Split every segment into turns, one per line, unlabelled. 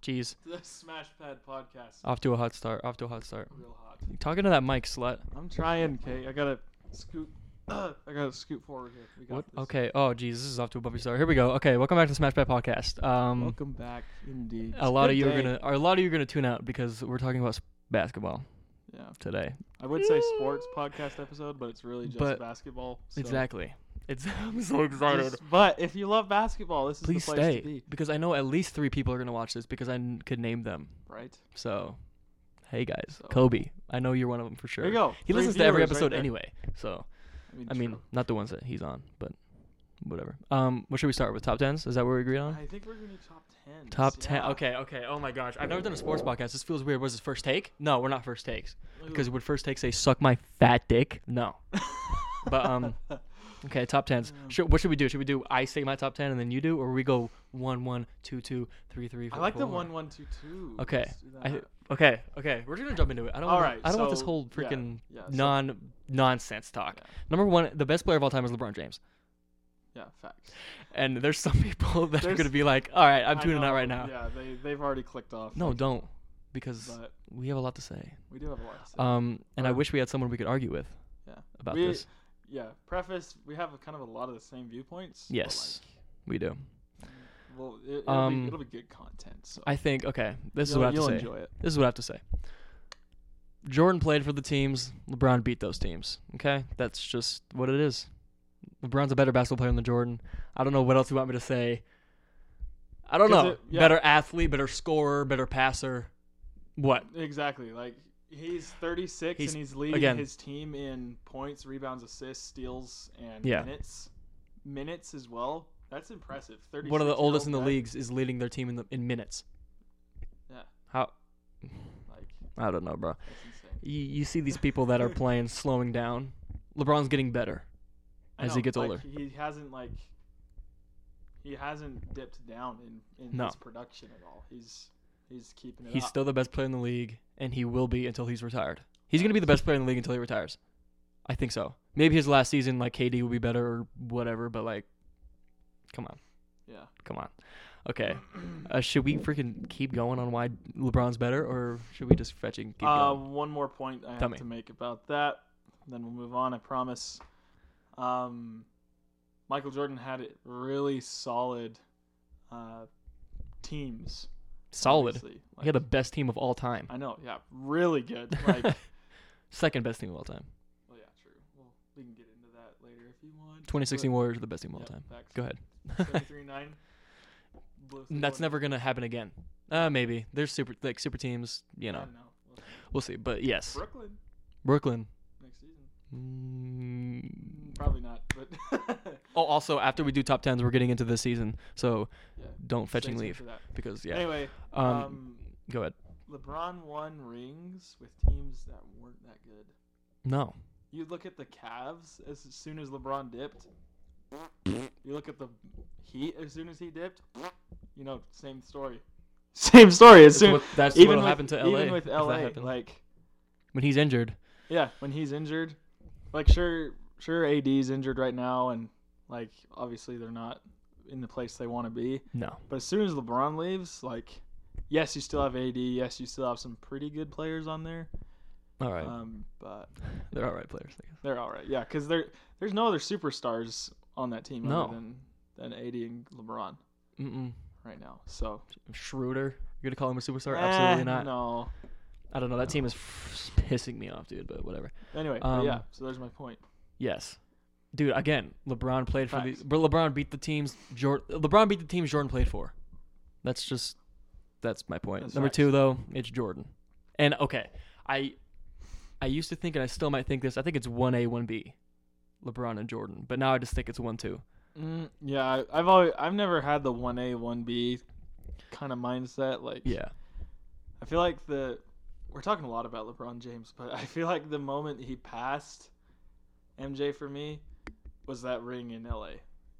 please.
The Smash Pad podcast.
Off to a hot start. Off to a hot start.
Real hot.
Talking to that mic, slut.
I'm trying, Kate. I gotta scoot. I gotta scoot forward here. We got
What?
this.
Okay. Oh, jeez, this is off to a bumpy start. Here we go. Okay, welcome back to the Smashback Podcast. Um,
Welcome back, indeed. It's
a lot
good
of you
day.
are gonna, a lot of you are gonna tune out because we're talking about s- basketball
Yeah,
today.
I would say sports podcast episode, but it's really just
But-
basketball. so
Exactly. It's. I'm so excited.
just- but if you love basketball, this is
Please
the place
stay
to be.
because I know at least three people are gonna watch this because I n- could name them.
Right.
So, hey guys,
So-
Kobe. I know you're one of them for sure.
There you go.
He
Three
listens to every
viewers right
episode
there.
anyway. So I mean,
true.
not the ones that he's on, but whatever. Um, what should we start with? Top tens? Is that what we agreed on?
I think we're gonna do top ten.
Top ten. Okay, okay. Oh my gosh, I've never done a sports podcast. This feels weird. Was this first take? No, we're not first takes because would first take say suck my fat dick? No. but um, okay. Top tens.
Mm.
Sure, what should we do? Should we do I say my top ten and then you do, or we go one one two two three three?
I
four,
like the
four?
one one two two.
Okay,
Let's do
I-
that.
Okay, okay. We're just gonna jump into it. I don't.
All
wanna,
right,
I don't want this
so,
whole
yeah,
freaking
yeah, so-
non nonsense talk.
Yeah.
Number one, the best player of all time is LeBron James.
yeah, facts.
And there's some people that are
There's-
gonna be like, "All right, I'm
I
tuning out
know,
right now."
Yeah, they they've already clicked off.
No, don't, because
but
we have a lot to say.
we do have a lot. To say.
Um, and I
Or-
wish we had someone we could argue with
yeah.
about
we,
this.
Yeah. Preface: We have kind of a lot of the same viewpoints. but,
Yes, we do.
like, well, it, it'll,
Um,
be, it'll be good content. So
I think. Okay, this is
you'll-
what I have to
you'll
say.
enjoy it.
This is what I have to say. Jordan played for the teams. LeBron beat those teams. Okay, that's just what it is. LeBron's a better basketball player than Jordan. I don't know what else you want me to say. I
Is
don't know.
it- yeah.
Better athlete, better scorer, better passer. What?
Exactly. Like he's 36
He's-
and he's leading
again-
his team in points, rebounds, assists, steals, and
Yeah.
minutes. Minutes as well. That's impressive. 36
One of the oldest in the
that,
leagues is leading their team in the in minutes.
Yeah.
How?
Like
I don't know, bro.
that's insane.
You, you see these people that are playing slowing down. LeBron's getting better.
I
As he
know,
gets
like,
older.
he hasn't like he hasn't dipped down in in
No.
his production at all. He's he's keeping it
He's
up.
still the best player in the league, and he will be until he's retired. He's gonna be the best player in the league until he retires. I think so. Maybe his last season, like KD, will be better or whatever. But like, come on,
yeah.
come on. Okay, uh, should we freaking keep going on why LeBron's better, or should we just fetching keep
Uh,
going?
one more point I
Tell
have
me.
to make about that. Then we'll move on. I promise. Um, Michael Jordan had it really solid uh, teams.
Solid.
obviously.
He had the
Like,
best team of all time.
I know. Yeah, really good. Like, well,
Second best team of all time.
yeah, true. Well, we can get into that later if you want.
2016 Warriors are the best team of all
But-
time.
yeah, facts.
Go ahead.
Seventy-three nine. Blew through
That's
one-
never gonna happen again. Uh, maybe there's super like super teams. You
I
know,
don't know. Well,
we'll see. But yes,
Brooklyn
Brooklyn.
next season.
Mm.
Probably not, but
Oh, also after we do top tens, we're getting into this season, so
yeah.
don't fetch
stay
and
tuned
leave
for that.
because yeah.
Anyway,
um,
um
go ahead.
LeBron won rings with teams that weren't that good.
No,
You look at the Cavs as soon as LeBron dipped. You look at the Heat as soon as he dipped. You know, same story. Same story. As
that's
soon
what, that's
even
what
with,
happened to LA.
Even with
if that
LA,
happened.
like
when he's injured,
yeah, when he's injured, like sure, sure, AD's injured right now, and like obviously they're not in the place they want to be.
no,
But as soon as LeBron leaves, like, yes, you still have AD. Yes, you still have some pretty good players on there.
all right,
Um, but
they're all right players. I guess.
they're all right. Yeah, because there there's no other superstars on that team
No.
other than than AD and LeBron
Mm-mm.
right now. So
Schroeder, you're gonna call him a superstar?
Eh,
Absolutely not.
No.
I don't know. That team is f- pissing me off, dude. But whatever.
Anyway, but
Um,
yeah. So there's my point.
Yes. Dude, again, LeBron played for
Facts.
the but LeBron beat the teams Jordan LeBron beat the teams Jordan played for. That's just that's my point.
That's
Number
facts.
2 though, it's Jordan. And okay, I I used to think and I still might think this. I think it's 1A 1B. LeBron and Jordan, but now I just think it's 1 2.
Mm, yeah, I, I've always I've never had the one A one B kind of mindset. Like,
Yeah.
I feel like the we're talking a lot about LeBron James, but I feel like the moment he passed MJ for me was that ring in LA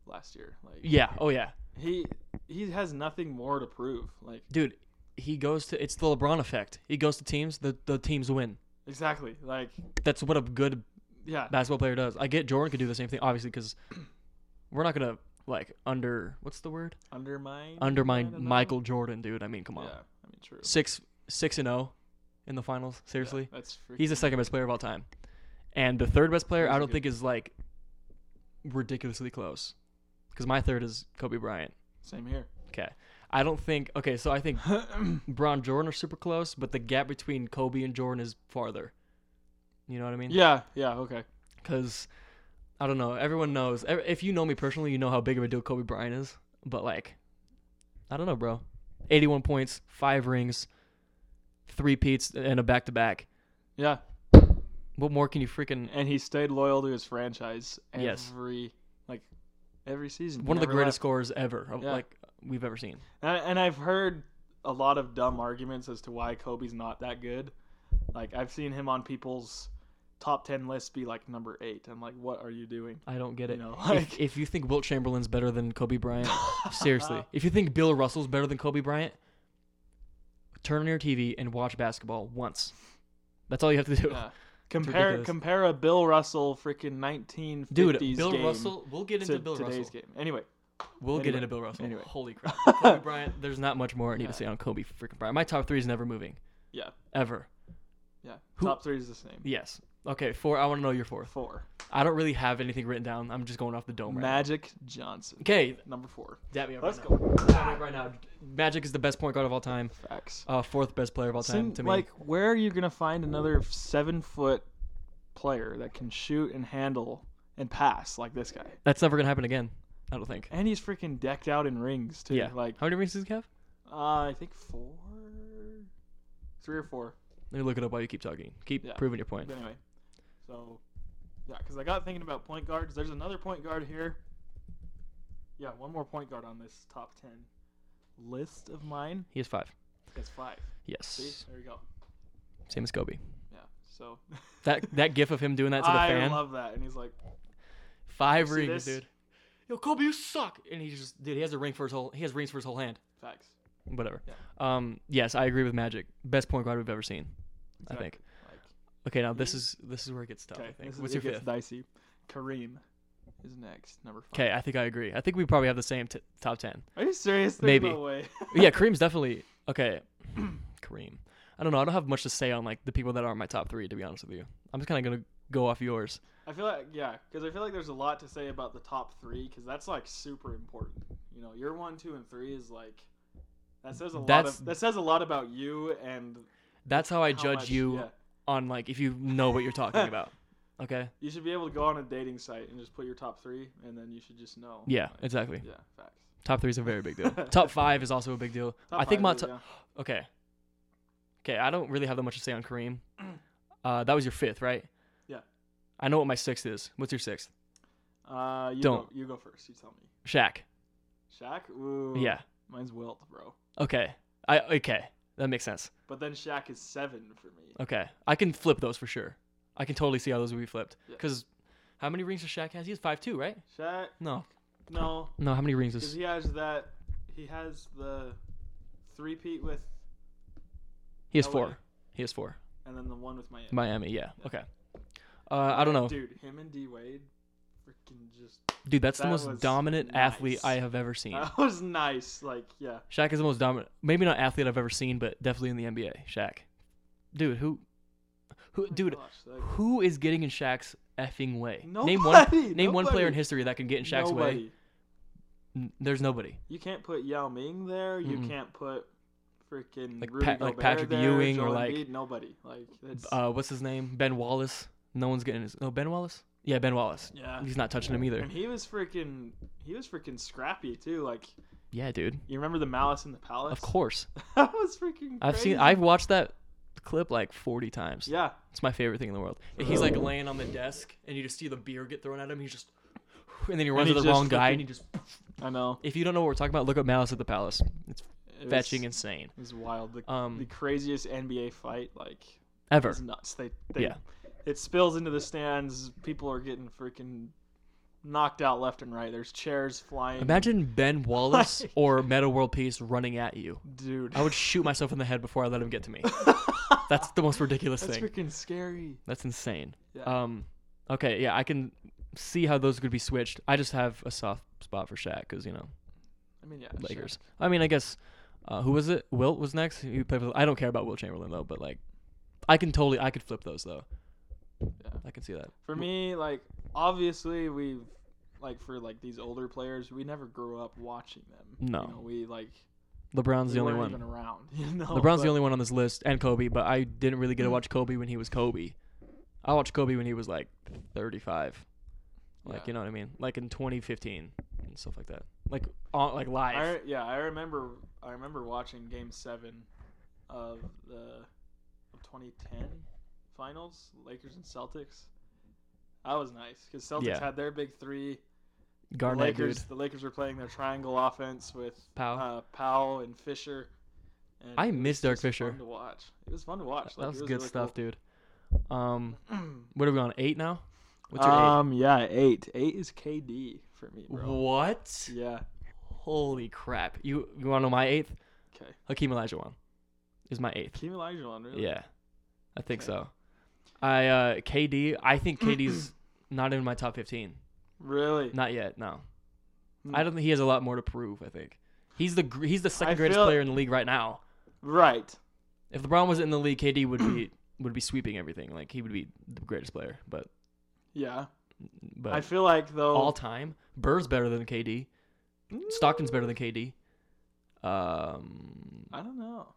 last year. Like
Yeah. Oh yeah.
he he has nothing more to prove. Like
Dude, he goes to it's the LeBron effect. He goes to teams, the the teams win.
exactly. Like
That's what a good
yeah.
basketball player does. I get Jordan could do the same thing obviously cuz we're not going to like under what's the word?
Undermine
undermine
I don't know.
Michael Jordan, dude. I mean, come
Yeah.
on.
I I mean, true.
Six six and zero in the finals.
Yeah,
Seriously,
that's freaking.
he's the second best player of all time, and the third best player
He's
I
a
don't
good-
think is like ridiculously close, because my third is Kobe Bryant.
Same here.
Okay, I don't think. Okay, so I think Bron Jordan are super close, but the gap between Kobe and Jordan is farther. You know what I mean?
yeah, yeah, okay.
because I don't know. Everyone knows. ev- If you know me personally, you know how big of a deal Kobe Bryant is. But like, I don't know, bro. 81 points, five rings, three peats, and a back to back.
Yeah,
What more can you freaking?
and he stayed loyal to his franchise
Yes.
every like every season. He
One of the
never
greatest
left.
scorers ever, of,
Yeah.
like we've ever seen.
And, and I've heard a lot of dumb arguments as to why Kobe's not that good. Like I've seen him on people's top ten lists be like number eight. I'm like, what are you doing?
I don't get
You
it.
know,
if,
like-
if you think Wilt Chamberlain's better than Kobe Bryant, seriously, if you think Bill Russell's better than Kobe Bryant, turn on your TV and watch basketball once. That's all you have to do.
Yeah. Compare
ridiculous.
compare a Bill Russell freaking 1950s
Dude, Bill
game
Russell. We'll get
to
into Bill
today's
Russell.
game. Anyway,
We'll get
Anyway,
into Bill Russell.
anyway.
Holy crap. Kobe Bryant, there's not much more I need
Yeah.
to say on Kobe freaking Bryant. My top three is never moving.
Yeah.
Ever.
yeah,
Who-
top three is the same.
Yes. Okay, four. I want to know your fourth.
Four,
I don't really have anything written down. I'm just going off the dome right now.
Magic Johnson,
Okay,
number four.
dap me up
Let's
right
go.
now. Dap me up right now. Magic is the best point guard of all time.
Facts.
Uh, fourth best player of all time
Seem-
to me.
like, where are you gonna find another seven foot player that can shoot and handle and pass like this guy?
That's never going to happen again, I don't think.
And he's freaking decked out in rings too.
Yeah.
Like,
How many rings does he have?
uh, I think four, three or four.
Let me look it up while you keep talking. Keep
Yeah.
proving your point.
But anyway, so yeah, because I got thinking about point guards. There's another point guard here. Yeah, one more point guard on this top ten list of mine.
He has five.
That's five.
Yes.
See, there we go.
Same as Kobe.
Yeah. So
That that gif of him doing that to the
I
fan.
love that, and he's like,
Five
You see this?
rings, dude. Yo, Kobe, you suck. And he just, dude, he has a ring for his whole, he has rings for his whole hand.
facts.
Whatever. Um, yes, I agree with Magic. Best point guard we've ever seen. I think. Okay, now this is Mm-hmm. this is where it gets tough. I
Okay,
think.
this is,
What's
it
your
gets
fifth?
dicey. Kareem is next, number five.
Okay, I think I agree. I think we probably have the same t- top ten.
Are you serious? There's
Maybe.
No way.
yeah, Kareem's definitely okay. Kareem. I don't know. I don't have much to say on like the people that are in my top three. To be honest with you, I'm just kind of gonna go off yours.
I feel like yeah, because I feel like there's a lot to say about the top three because that's like super important. You know, your one, two, and three is like that says a
That's-
lot. Of, that says a lot about you and
That's how I
how
judge
much-
you
yeah.
on like if you know what you're talking about. Okay.
You should be able to go on a dating site and just put your top three, and then you should just know.
Yeah. Exactly.
Yeah. Facts.
Top three is a very big deal. top five is also a big deal.
Top
I think
five
my
is-
to-
yeah.
okay, okay. I don't really have that much to say on Kareem. Uh, that was your fifth, right?
Yeah.
I know what my sixth is. What's your sixth?
Uh, you Go,
Don't.
you go first. You tell me.
Shaq.
Shaq. Ooh.
Yeah.
Mine's Wilt, bro.
Okay. I okay. That makes sense.
But then Shaq is seven for me.
Okay. I can flip those for sure. I can totally see how those would be flipped.
Yeah.
Cause how many rings does Shaq has? He has five too, right?
Shaq.
No.
No,
No. How many rings
because
is?
he has that. He has the three peat with,
He has
LA.
four. He has four.
and then the one with Miami.
Miami. Yeah. Okay. Uh, I don't know, dude.
Dude, him and D Wade, freaking just.
that's the
that
most
was
dominant athlete
nice.
I have ever seen.
That was nice. Like, yeah.
Shaq is the most dominant, maybe not athlete I've ever seen, but definitely in the NBA. Shaq, dude, who, who,
Oh my
dude,
gosh, like,
who is getting in Shaq's effing way? name one,
Nobody,
name one player in
nobody.
history that can get in Shaq's way.
nobody.
N- There's nobody.
You can't put Yao Ming there. You
Mm-mm.
can't put freaking
Like
Rudy
Pat- like
Gobert
Patrick
there,
Ewing or
Joel
like-
Embiid, nobody. Like, it's,
Uh, what's his name? Ben Wallace. No one's getting his. No, Ben Wallace. Yeah, Ben Wallace.
yeah.
He's not touching him either.
And he was freaking, he was freaking scrappy too. Like,
Yeah, dude.
you remember the Malice in the Palace?
Of course.
that was freaking.
I've
crazy.
seen. I've watched that clip like 40 times.
Yeah,
It's my favorite thing in the world. He's like laying on the desk, and you just see the beer get thrown at him. He's just, and then he runs
he
to the
just
wrong guy,
freaking-
and he just.
I know.
If you don't know what we're talking about, look up Malice at the Palace. It's
It was-
fetching insane.
It was wild. The,
Um,
the craziest NBA fight, like,
Ever.
it's nuts. They, they,
Yeah.
It spills into the stands. People are getting freaking knocked out left and right. There's chairs flying.
Imagine Ben Wallace or Meta World Peace running at you.
Dude.
I would shoot myself in the head before I let him get to me. That's the most ridiculous
That's
thing.
freaking scary.
That's insane.
Yeah.
Um. Okay. Yeah, I can see how those could be switched. I just have a soft spot for Shaq because you know
I mean, yeah. sure.
Lakers. I mean, I guess Uh, who was it? Wilt was next. He played for. I don't care about Will Chamberlain though, but like, I can totally I could flip those though.
Yeah.
I can see that.
For me, like obviously we've like for like these older players, we never grew up watching them. You
No.
know, we like
LeBron's
we
the only
weren't
one.
even around. You know,
LeBron's
Oh, but-
the only one on this list, and Kobe. But I didn't really get to watch Kobe when he was Kobe. I watched Kobe when he was like 35, like
Yeah.
you know what I mean, like in 2015 and stuff like that, like on like live.
I, re- yeah, I remember. I remember watching Game Seven of the of 2010 Finals, Lakers and Celtics. That was nice because Celtics
Yeah.
had their big three.
Garnett,
the Lakers.
dude.
The Lakers were playing their triangle offense with
Powell.
uh, Powell and Fisher. And
I
it was
miss Derek
just fun
Fisher.
to watch. It was fun to watch.
that
Like,
was,
it
good
really
stuff,
cool.
dude. Um, what are we on eight now? What's your
um, yeah, eight. Eight is KD for me,
eight?
bro.
What?
Yeah.
Holy crap! You you want to know my eighth?
Okay.
Hakeem Olajuwon is my eighth.
Keem Olajuwon, really?
Yeah, I think
Okay.
so. I uh KD. I think KD's not in my top 15.
Really.
Not yet. No,
Hmm.
I don't think he has a lot more to prove. I think he's the gr- he's the second
I
greatest
feel-
player in the league right now.
Right.
If LeBron wasn't in the league, KD would be would be sweeping everything. Like he would be the greatest player. But
Yeah.
but
I feel like though. mm,
all time, Burr's better than KD. Stockton's better than KD. Um.
I don't know.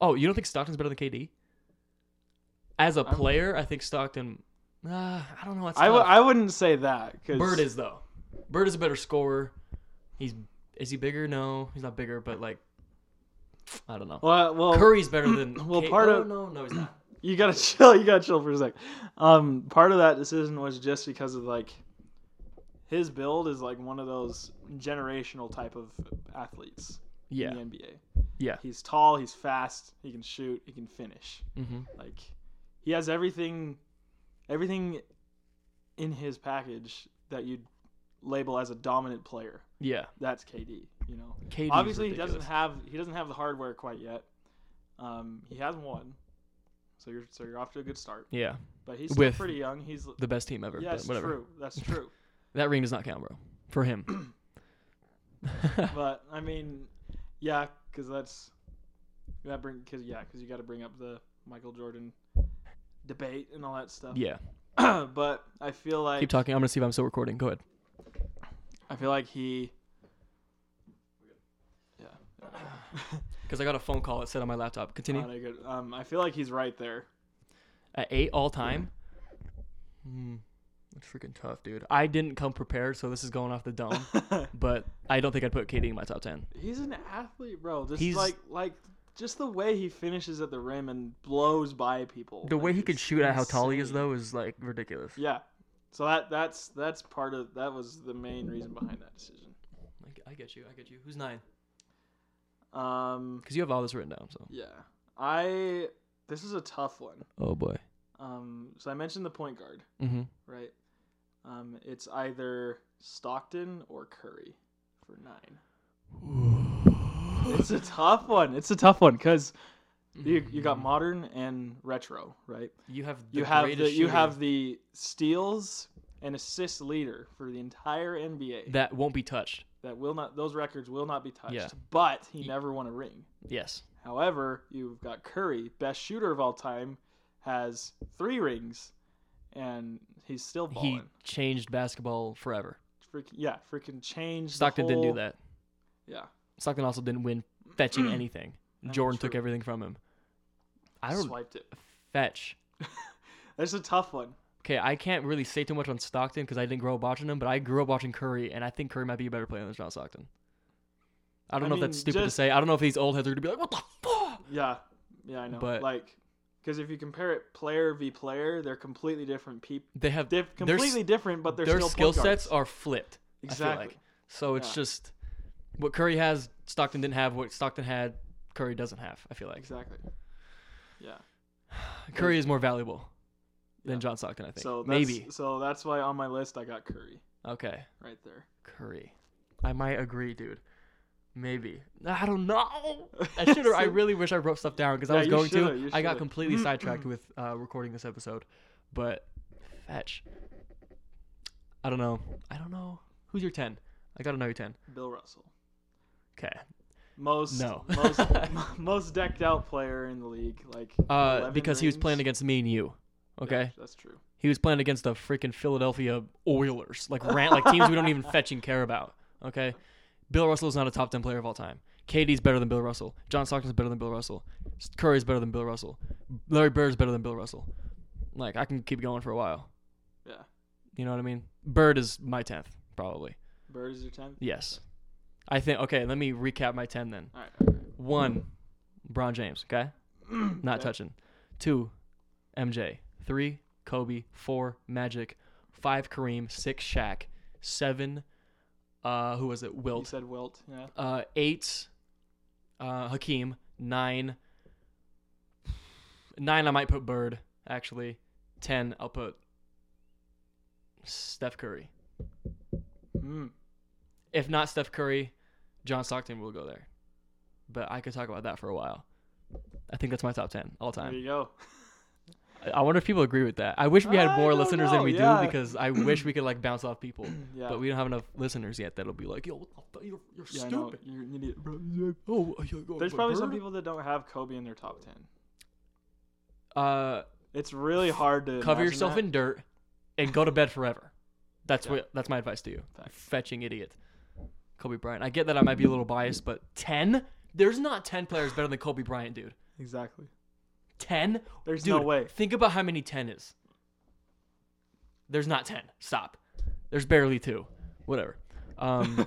Oh, you don't think Stockton's better than KD? As a
I'm-
player, I think Stockton. Uh, I don't know. It's
I w-
tough.
I wouldn't say that because
Bird is though. Bird is a better scorer. He's is he bigger? No, he's not bigger, but like I don't know.
well, well
Curry's better than
well,
K-
part
no,
of-
no, no, he's not.
you gotta chill. You gotta chill for a sec. Um, part of that decision was just because of like his build is like one of those generational type of athletes
Yeah,
in the NBA.
Yeah.
he's tall, he's fast, he can shoot, he can finish.
hmm
Like he has everything, everything in his package that you'd label as a dominant player.
yeah.
That's KD. You know,
KD
obviously he doesn't have he doesn't have the hardware quite yet. Um, he has one, so you're so you're off to a good start.
Yeah,
But he's still
With-
pretty young. He's
the best team ever.
yes,
but whatever.
true. That's true.
That ring does not count, bro, for him.
but I mean, yeah, because that's that bring because yeah, because you got to bring up the Michael Jordan debate and all that stuff.
yeah,
but I feel like
keep talking. I'm gonna see if I'm still recording. Go ahead.
I feel like he. Yeah.
Because I got a phone call. It said on my laptop. Continue.
Not a good, um, I feel like he's right there.
at eight all time. Hmm. That's freaking tough, dude. I didn't come prepared, so this is going off the dome. but I don't think I'd put KD in my top ten.
He's an athlete, bro. Just
He's-
like like just the way he finishes at the rim and blows by people.
The
Like,
way he
it's
could shoot at how tall he is,
insane.
though, is like ridiculous.
Yeah. So that that's that's part of that was the main reason behind that decision.
I get you. I get you. Who's nine?
Um
Because you have all this written down. So.
yeah. I this is a tough one.
Oh boy.
Um so I mentioned the point guard,
Mm-hmm.
right? Um it's either Stockton or Curry for 9. it's a tough one. It's a tough one cuz you you got modern and retro, right?
You have the
you have the,
greatest
you
shooter
have the steals and assist leader for the entire NBA.
that won't be touched.
that will not those records will not be touched.
Yeah.
But he
Ye-
never won a ring.
Yes.
However, you've got Curry, best shooter of all time, has three rings, and he's still
He
balling.
changed basketball forever.
Freaking, yeah, freaking changed. the
Stockton didn't
whole-
do that.
Yeah,
Stockton also didn't win fetching anything.
mean,
Jordan took
true.
everything from him. I don't
swiped it.
fetch.
That's a tough one.
Okay, I can't really say too much on Stockton because I didn't grow up watching him, but I grew up watching Curry, and I think Curry might be a better player than John Stockton. I don't
I
know if that's
mean,
stupid to
just-
say. I don't know if these old heads are gonna be like, "What the fuck?"
Yeah, yeah, I know.
But-
like, because if you compare it player v player, they're completely different people.
They have
Diff-
their s-
completely different, but they're
their
still
skill
point guards.
sets are flipped. I feel
Exactly.
like. So it's
Yeah.
just what Curry has, Stockton didn't have. What Stockton had, Curry doesn't have. I feel like
Exactly. Yeah.
Curry is more valuable
Yeah.
than John Stockton. I think
So that's,
maybe.
So that's why on my list I got Curry
Okay,
right there.
Curry. I might agree, dude. Maybe I don't know. I should. I really wish I wrote stuff down because I
Yeah,
was
you
going
shoulda, you
to. I got
shoulda.
completely sidetracked with uh, recording this episode, but fetch. I don't know. I don't know. Who's your ten? I gotta know your ten.
Bill Russell.
Okay.
most
No.
most most decked out player in the league. Like
Uh,
11
because he was playing
rings?
against me and you. Okay,
Yeah, that's true.
he was playing against the freaking Philadelphia Oilers, like rant, like teams we don't even fetching care about. Okay, Bill Russell is not a top ten player of all time. KD's better than Bill Russell. John Stockton's better than Bill Russell. Curry's better than Bill Russell. Larry Bird's better than Bill Russell. Like I can keep going for a while.
Yeah,
You know what I mean? Bird is my tenth probably.
Bird is your tenth.
Yes, I think. Okay, let me recap my ten then.
All right,
One, LeBron James. Okay, not touching. Two, MJ. Three, Kobe. Four, Magic. Five, Kareem. Six, Shaq. Seven, uh, who was it?
You
Wilt.
said Wilt. Yeah.
Uh, eight, uh, Hakeem. Nine. Nine, I might put Bird actually. Ten, I'll put Steph Curry.
Mm.
If not Steph Curry, John Stockton will go there. But I could talk about that for a while. I think that's my top ten all
There
time.
you go.
I- I wonder if people agree with that. I wish we had
I
more
don't
listeners
know,
than we
yeah.
do because I wish we could like bounce off people.
Yeah.
But we don't have enough listeners yet that'll be like, yo, what the fu- you're, you're
yeah, I know.
stupid.
You're an idiot. bro. Yeah.
Oh, uh, you're going
There's
for
probably some
Bird?
people that don't have Kobe in their top ten.
Uh,
It's really hard to
cover
imagine
yourself
that.
in dirt and go to bed forever. That's
Yeah.
what. That's my advice to you.
Facts.
Fetching idiot, Kobe Bryant. I get that I might be a little biased, but ten. There's not ten players better than Kobe Bryant, dude.
Exactly.
Ten.
There's
Dude,
no way.
Think about how many 10 is. There's not 10. Stop. There's barely two. Whatever. Um,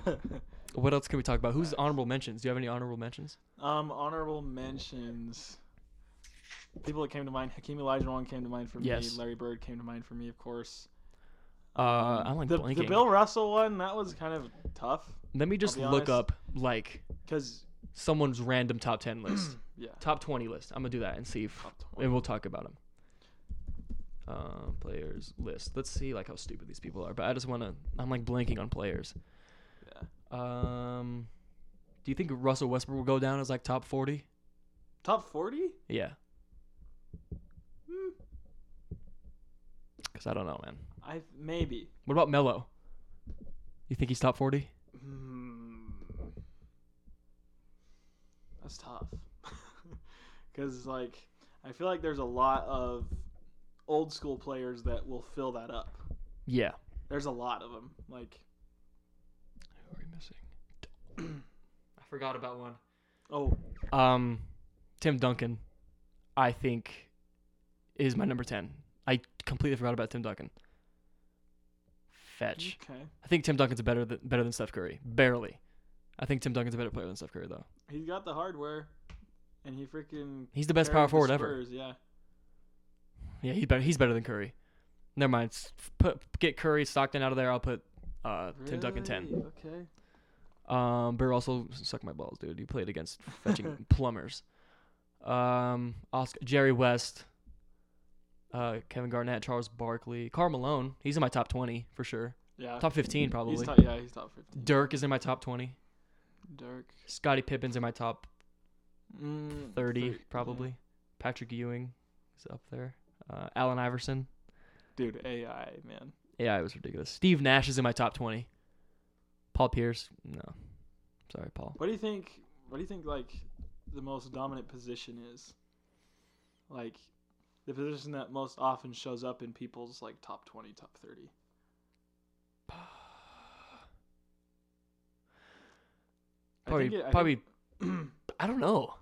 what else can we talk about? Who's honorable mentions? Do you have any honorable mentions?
Um, honorable mentions. People that came to mind: Hakeem Olajuwon came to mind for
Yes.
me. Larry Bird came to mind for me, of course.
Uh, I'm like
Um, the,
blanking.
the Bill Russell one that was kind of tough
Let me just
be honest.
look up like
because
someone's random top 10 list,
yeah,
top 20 list. I'm gonna do that and see if,
top
and
20.
we'll talk about them. Um, players list. Let's see like how stupid these people are. But I just wanna. I'm like blanking on players.
Yeah.
Um, do you think Russell Westbrook will go down as like top 40?
top forty.
Yeah.
Hmm,
Because I don't know, man.
I maybe.
What about Melo? You think he's top 40?
Hmm. That's tough. Because like I feel like there's a lot of old school players that will fill that up.
Yeah.
There's a lot of them. Like
Who are we missing? I forgot about one.
oh
Um, Tim Duncan, I think, is my number 10. I completely forgot about Tim Duncan. Fetch.
okay,
I think Tim Duncan's better than, better than Steph Curry. Barely. I think Tim Duncan's a better player than Steph Curry, though.
he's got the hardware, and he freaking
He's the best
carried
power
the
forward ever.
Spurs, Yeah.
Yeah, he's better. He's better than Curry. Never mind. S- Put, get Curry, Stockton out of there. I'll put uh, Tim Duncan 10.
Really? Okay.
Um, but also suck my balls, dude. He played against fetching plumbers. Um, Oscar, Jerry West, uh, Kevin Garnett, Charles Barkley, Carl Malone. He's in my top twenty for sure.
Yeah.
Top fifteen
Uh, he's
probably.
top, yeah, he's top 15.
Dirk is in my top twenty.
Dirk.
Scottie Pippen's in my top
Mm,
thirty
thirty,
probably.
yeah.
Patrick Ewing is up there. Uh, Allen Iverson.
Dude, AI, man.
Yeah, it was ridiculous. Steve Nash is in my top twenty. Paul Pierce, no, sorry, Paul.
What do you think? What do you think, like, the most dominant position is? Like, the position that most often shows up in people's, like, top 20, top 30. I
Probably,
think it- I
probably.
think-
I don't know.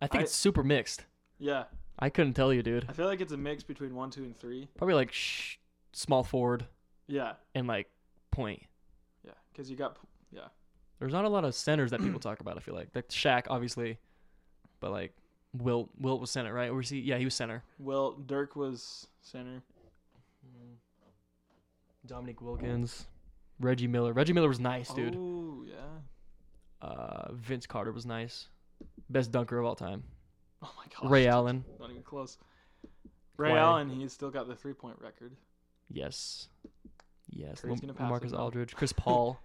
I think
I-
it's super mixed.
yeah.
I couldn't tell you, dude.
I feel like it's a mix between one, two, and three.
Probably like sh- small forward
Yeah.
and like point.
Yeah. Because you got. p- Yeah.
There's not a lot of centers that people talk about. I feel like like Shaq, obviously, but like Wilt. Wilt was center, right? Or was he? Yeah, he was center.
Well, Dirk was center.
Mm-hmm. Dominique Wilkins, Reggie Miller. Reggie Miller was nice, dude.
Oh, yeah. Oh.
Uh, Vince Carter was nice. Best dunker of all time.
Oh, my God.
Ray Allen.
Not even close. Ray
Kawhi.
Allen, he's still got the three point record.
Yes. Yes.
Curry's
Lam-
gonna pass it
Marcus
now.
Aldridge. Chris Paul.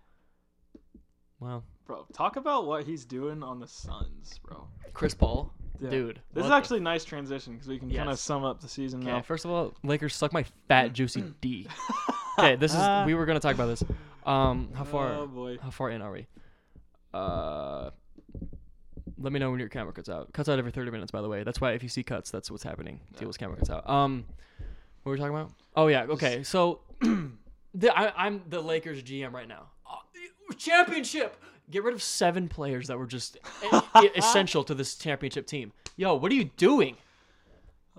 wow.
Bro, talk about what he's doing on the Suns, bro.
Chris Paul.
Yeah.
Dude.
This
what
is
the-
actually a nice transition because we can kind of
Yes.
sum up the season
Okay,
now.
first of all, Lakers suck my fat juicy D. Okay, this is we were gonna talk about this. Um, how far
Oh boy.
how far in are we? Uh, Let me know when your camera cuts out. Cuts out every 30 minutes, by the way. That's why if you see cuts, that's what's happening. Teal's camera cuts out. Um, what were we talking about? Oh yeah. Okay. So, the, I, I'm the Lakers GM right now. Oh, championship. Get rid of seven players that were just e- e- essential to this championship team. Yo, what are you doing?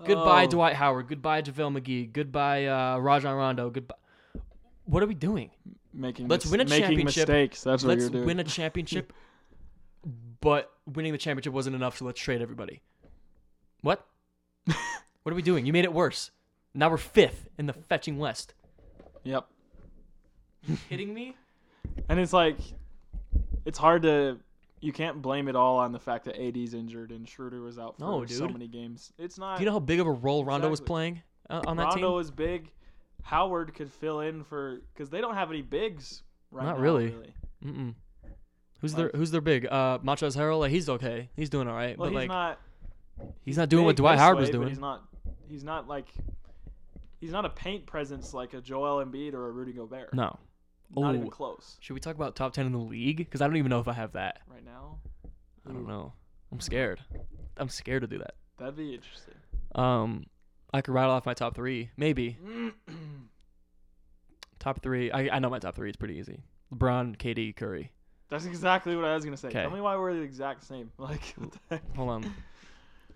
Goodbye,
Oh.
Dwight Howard. Goodbye, JaVale McGee. Goodbye, uh, Rajon Rondo. Goodbye. What are we doing?
Making
Let's
mis-
win a
making
championship.
mistakes. That's what
let's
you're doing.
win a championship. but winning the championship wasn't enough, so let's trade everybody. What? what are we doing? You made it worse. Now we're fifth in the fetching West.
yep.
Kidding me?
And it's like, it's hard to. You can't blame it all on the fact that AD's injured and Schroeder was out for
No,
so
dude.
many games. It's not.
Do you know how big of a role Rondo was
Exactly.
playing uh, on that
Rondo
team?
was big. Howard could fill in for because they don't have any bigs right
Not
now,
really. Mm-mm. Who's their
Like-
Who's their big? Uh, Machas Harrell. He's okay. He's doing all right.
Well,
but
he's
like,
not.
he's not doing what
big
Dwight
this
Howard
way,
was
but
doing.
He's not. He's not like. He's not a paint presence like a Joel Embiid or a Rudy Gobert.
No.
Not even
Oh.
close
Should we talk about top ten in the league? Because I don't even know if I have that.
right now.
I don't know. I'm scared. I'm scared to do that.
That'd be interesting.
Um, I could rattle off my top three, maybe top three. I, I know my top three. It's pretty easy. LeBron, KD, Curry.
That's exactly what I was gonna say.
Okay. Oh.
Tell me why we're the exact same. Like, what the heck?
Hold on,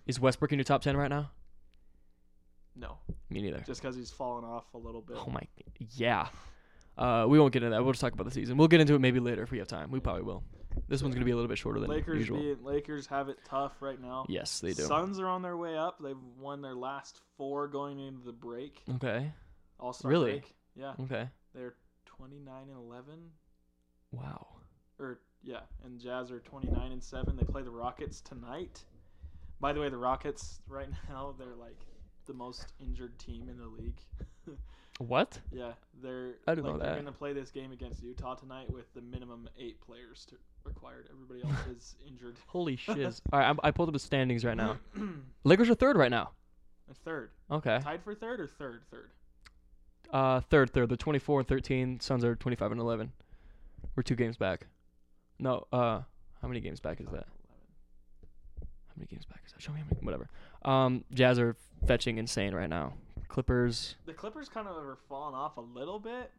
is Westbrook in your top ten right now?
no,
Me neither.
just because he's fallen off a little bit.
Oh my, yeah. Uh, we won't get into that. We'll just talk about the season. We'll get into it maybe later if we have time. We probably will. This one's gonna be a little bit shorter than
Lakers
usual.
being Lakers have it tough right now.
yes, they do.
Suns are on their way up. They've won their last four going into the break.
okay.
All star
Really?
break. Yeah,
Okay.
they're twenty nine and eleven.
Wow.
Or yeah, and Jazz are twenty nine and seven. They play the Rockets tonight. By the way, the Rockets right now they're like the most injured team in the league.
What?
Yeah, they're.
I didn't
like,
know
They're
that.
going to play this game against Utah tonight with the minimum eight players to required. Everybody else is injured.
Holy shiz! All right, I'm, I pulled up the standings right now. Lakers are third right now.
And third,
Okay.
tied for third or third, third.
Uh, third, third. They're 24 and 13. Suns are 25 and 11. We're two games back. No, uh, how many games back is that? How many games back is that? Show me how many. Whatever. Um, Jazz are fetching insane right now. Clippers.
The Clippers kind of are falling off a little bit.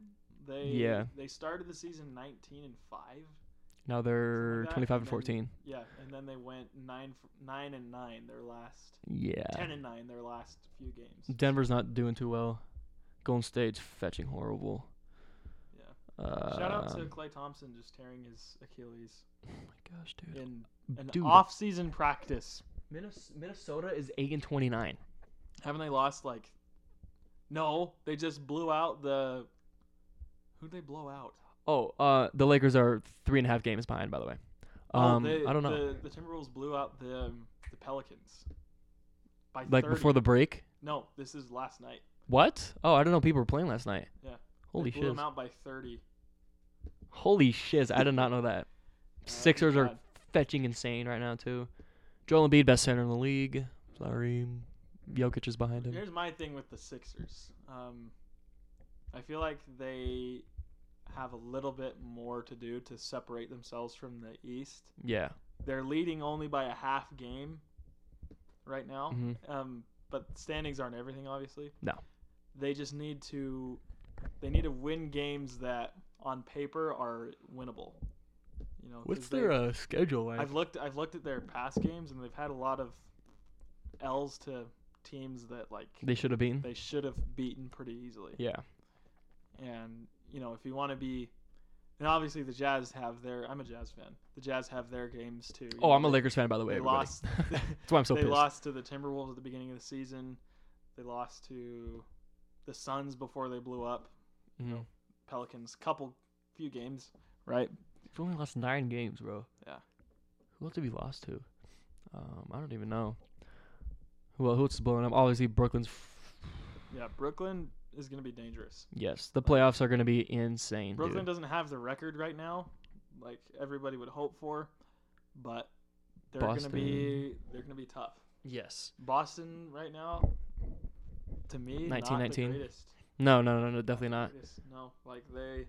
They
Yeah.
They started the season nineteen and five.
Now they're
Something like that,
25 and
and then-
14.
Yeah, and then they went nine f- nine and nine their last
Yeah.
ten and nine their last few games.
Denver's not doing too well. Golden State's fetching horrible.
Yeah.
Uh,
Shout out to Clay Thompson just tearing his Achilles
Oh my gosh, dude.
in an
Dude.
off season practice.
Minnes- Minnesota is 8 and 29.
Haven't they lost like? No, they just blew out the. Who'd they blow out?
Oh, uh, the Lakers are three and a half games behind, by the way. Um,
oh, they,
I don't know.
The, the Timberwolves blew out the um, the Pelicans. By
Like
30.
before the break.
No, this is last night.
What? Oh, I don't know. People were playing last night.
Yeah.
Holy
they blew
shiz!
them out by thirty.
Holy shiz! I did not know that. Sixers are
bad.
fetching insane right now too. Joel Embiid, best center in the league. Sorry, Jokic is behind him.
Here's my thing with the Sixers. Um, I feel like they have a little bit more to do to separate themselves from the East.
Yeah.
They're leading only by a half game right now.
Mhm.
Um, but standings aren't everything, obviously.
No.
They just need to, they need to win games that on paper are winnable. You know. 'cause they-
uh, schedule like?
I've looked. I've looked at their past games, and they've had a lot of L's to teams that like
They should have beaten.
they should have beaten pretty easily.
Yeah.
And you know, if you want to be, and obviously the Jazz have their. I'm a Jazz fan. The Jazz have their games too. you
Oh,
know,
I'm a
they-
Lakers fan, by the way.
they
everybody.
lost-
That's why I'm so
they
pissed.
lost to the Timberwolves at the beginning of the season. They lost to the Suns before they blew up
Mhm.
Pelicans. Couple few games, right?
We've only lost nine games, bro.
Yeah.
Who else have we lost to? Um, I don't even know. Well, who else is blowing up? Obviously, Brooklyn's. F-
Yeah, Brooklyn is going to be dangerous.
yes, the playoffs are going to be insane.
Brooklyn
dude.
doesn't have the record right now, like everybody would hope for, but they're going to
Boston.
be they're going to be tough.
Yes.
Boston right now, to me, not the
19-19.
greatest.
No, no, no, no, definitely not.
Greatest, No, like they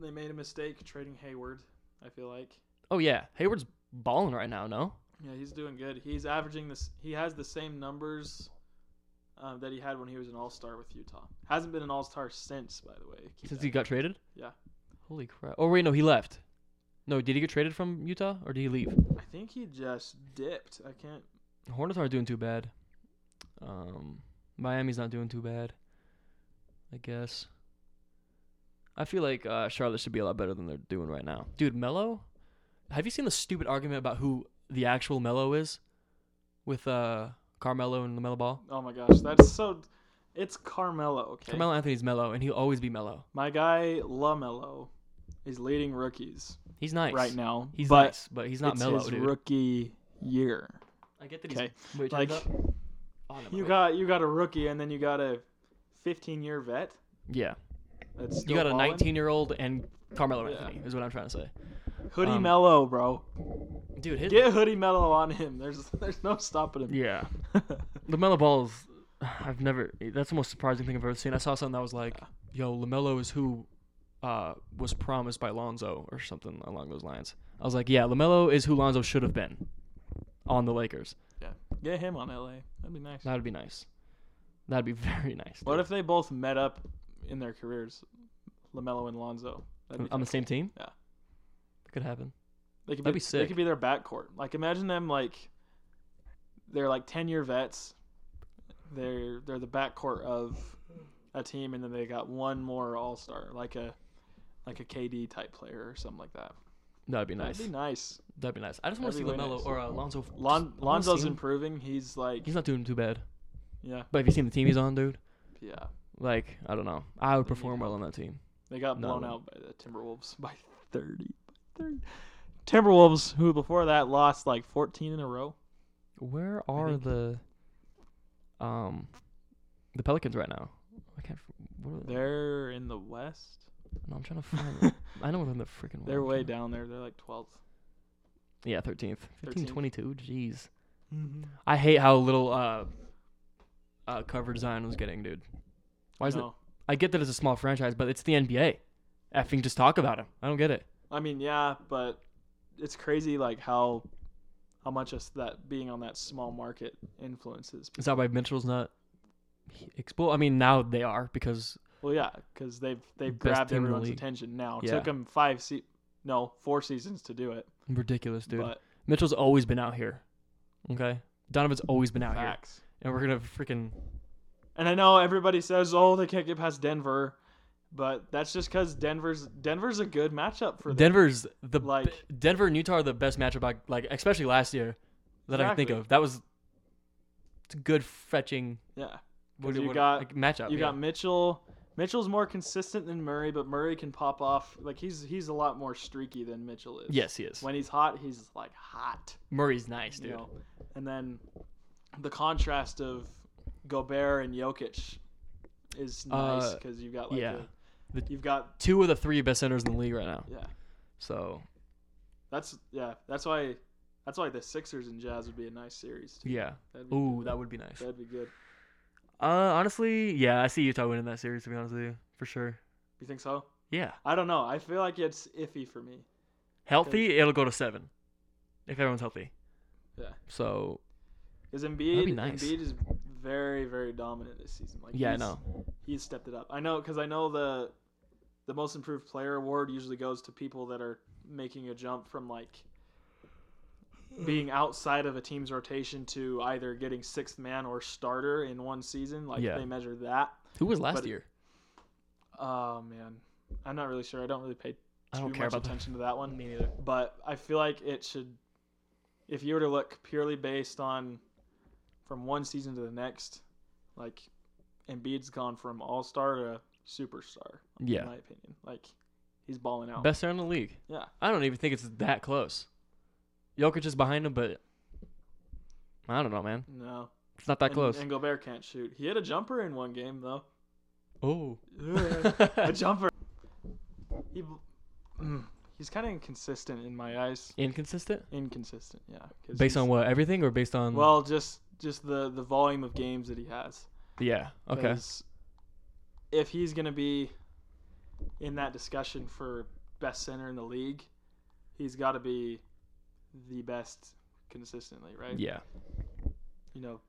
they made a mistake trading Hayward. I feel like
Oh yeah, Hayward's balling right now. No,
Yeah, he's doing good. He's averaging this. He has the same numbers um, that he had when he was an All Star with Utah. Hasn't been an All Star since, by the way. Keep
since
that-
he got traded.
Yeah.
Holy crap! Oh wait, no, he left. No, did he get traded from Utah or did he leave?
I think he just dipped. I can't.
The Hornets aren't doing too bad. Um, Miami's not doing too bad. I guess. I feel like uh, Charlotte should be a lot better than they're doing right now. Dude, Melo. Have you seen the stupid argument about who the actual Melo is with uh Carmelo and Lamelo Ball?
Oh my gosh, that's so. It's Carmelo. Okay.
Carmelo Anthony's Melo, and he'll always be Melo.
My guy Lamelo is leading rookies
He's nice
right now.
He's
but
nice, but he's not
it's
Melo,
his
dude.
rookie year.
I get that he's
Okay.
wait, turn
Like
it up. Oh, no,
you
wait.
got you got a rookie and then you got a 15 year vet.
yeah.
That's
You
still
got a
ballin'.
19 year old and Carmelo
Yeah.
Anthony is what I'm trying to say.
hoodie
um,
Mello, bro.
Dude, his
Get hoodie Mello on him. There's there's no stopping him.
yeah. Lamelo Ball is. I've never. That's the most surprising thing I've ever seen. I saw something that was like, "Yo, Lamelo is who uh, was promised by Lonzo" or something along those lines. I was like, "Yeah, Lamelo is who Lonzo should have been on the Lakers.
yeah. Get him on LA. That'd be nice.
That'd be nice. That'd be very nice."
What if they both met up in their careers, Lamelo and Lonzo? That'd be
on the
tough.
same team?
Yeah.
It could happen.
They could
that'd
be, They
be sick.
could be their backcourt. Like imagine them like they're like ten year vets. They're they're the backcourt of a team, and then they got one more All Star, like a like a KD type player or something like that.
That'd be nice.
That'd be nice.
That'd be nice. I just want to see
That'd be way
Lamelo
nice.
or uh, Lonzo.
Lon,
just- I wanna
Lonzo's
see him.
improving. He's like
He's not doing too bad.
yeah
But have you seen the team he's on, dude?
yeah.
Like, I don't know. I would
They need
perform
help.
well on that team.
They got
No,
blown
no.
out by the Timberwolves by 30. By 30. Timberwolves, who before that lost like 14 in a row.
Where are
think-
the um the Pelicans right now? I can't. f- What are they?
They're in the West.
No, I'm trying to find. them. I know them the freaking.
They're way down there. They're like 12th.
Yeah, thirteenth, 15,
13th.
22. Jeez, I hate how little uh uh cover design was getting, dude. Why is it?
No.
I get that it's a small franchise, but it's the NBA. Effing, just talk about him. I don't get it.
I mean, yeah, but it's crazy like how how much us that being on that small market influences.
Is that why Mitchell's not expo? I mean, now they are because
Well, yeah, because they've they've
Best
grabbed
team in the
everyone's
league.
attention now.
Yeah.
Took them five se- no four seasons to do it,
ridiculous, dude.
but
Mitchell's always been out here. Okay, Donovan's always been out here,
facts.
and we're gonna freaking
And I know everybody says, "Oh, they can't get past Denver," but that's just because Denver's Denver's a good matchup for them.
Denver's the b-
like-
Denver and Utah are the best matchup, I, like especially last year that I can think
Exactly.
of. That was it's a good fetching.
yeah,
What,
'Cause you
what-
got-
like, matchup?
you
yeah.
got Mitchell. Mitchell's more consistent than Murray, but Murray can pop off. Like he's he's a lot more streaky than Mitchell is.
yes, he is.
When he's hot, he's like hot.
Murray's nice,
You
dude.
know. And then the contrast of Gobert and Jokic is nice
Uh,
because you've got like
yeah.
a,
The-
you've got
Two of the three best centers in the league right now.
yeah.
So
That's yeah. That's why. That's why the Sixers and Jazz would be a nice series. Too.
yeah.
That'd be
Ooh,
good.
that would be nice. Uh,
That'd be good.
honestly, yeah, I see Utah winning that series. To be honest with you, for sure.
You think so?
Yeah,
I don't know. I feel like it's iffy for me.
healthy, it'll go to seven if everyone's healthy.
Yeah.
So
Because
That'd be
Embiid,
nice.
Embiid is very, very dominant this season. Like
yeah, I
he's,
know.
he's stepped it up. I know because I know the the most improved player award usually goes to people that are making a jump from like being outside of a team's rotation to either getting sixth man or starter in one season. Like
Yeah.
they measure that.
Who was last
but it-
year?
Oh man, I'm not really sure. I don't really pay too
I don't
much
care about that.
attention to that one.
Me neither.
but I feel like it should. If you were to look purely based on from one season to the next, like Embiid's gone from all star to superstar.
Yeah.
in my opinion, like he's balling out.
Best center in the league.
Yeah.
I don't even think it's that close. Jokic is behind him, but I don't know, man.
No,
It's not that
and,
close.
And Gobert can't shoot. He had a jumper in one game though.
oh.
Ugh, a jumper. He, mm, he's kind of inconsistent in my eyes.
Inconsistent?
Inconsistent, yeah. 'cause
Based
he's-
on what? Everything or based on
Well, just just the the volume of games that he has.
Yeah. Okay.
'Cause If he's going to be in that discussion for best center in the league, he's got to be the best consistently, right?
Yeah.
You know,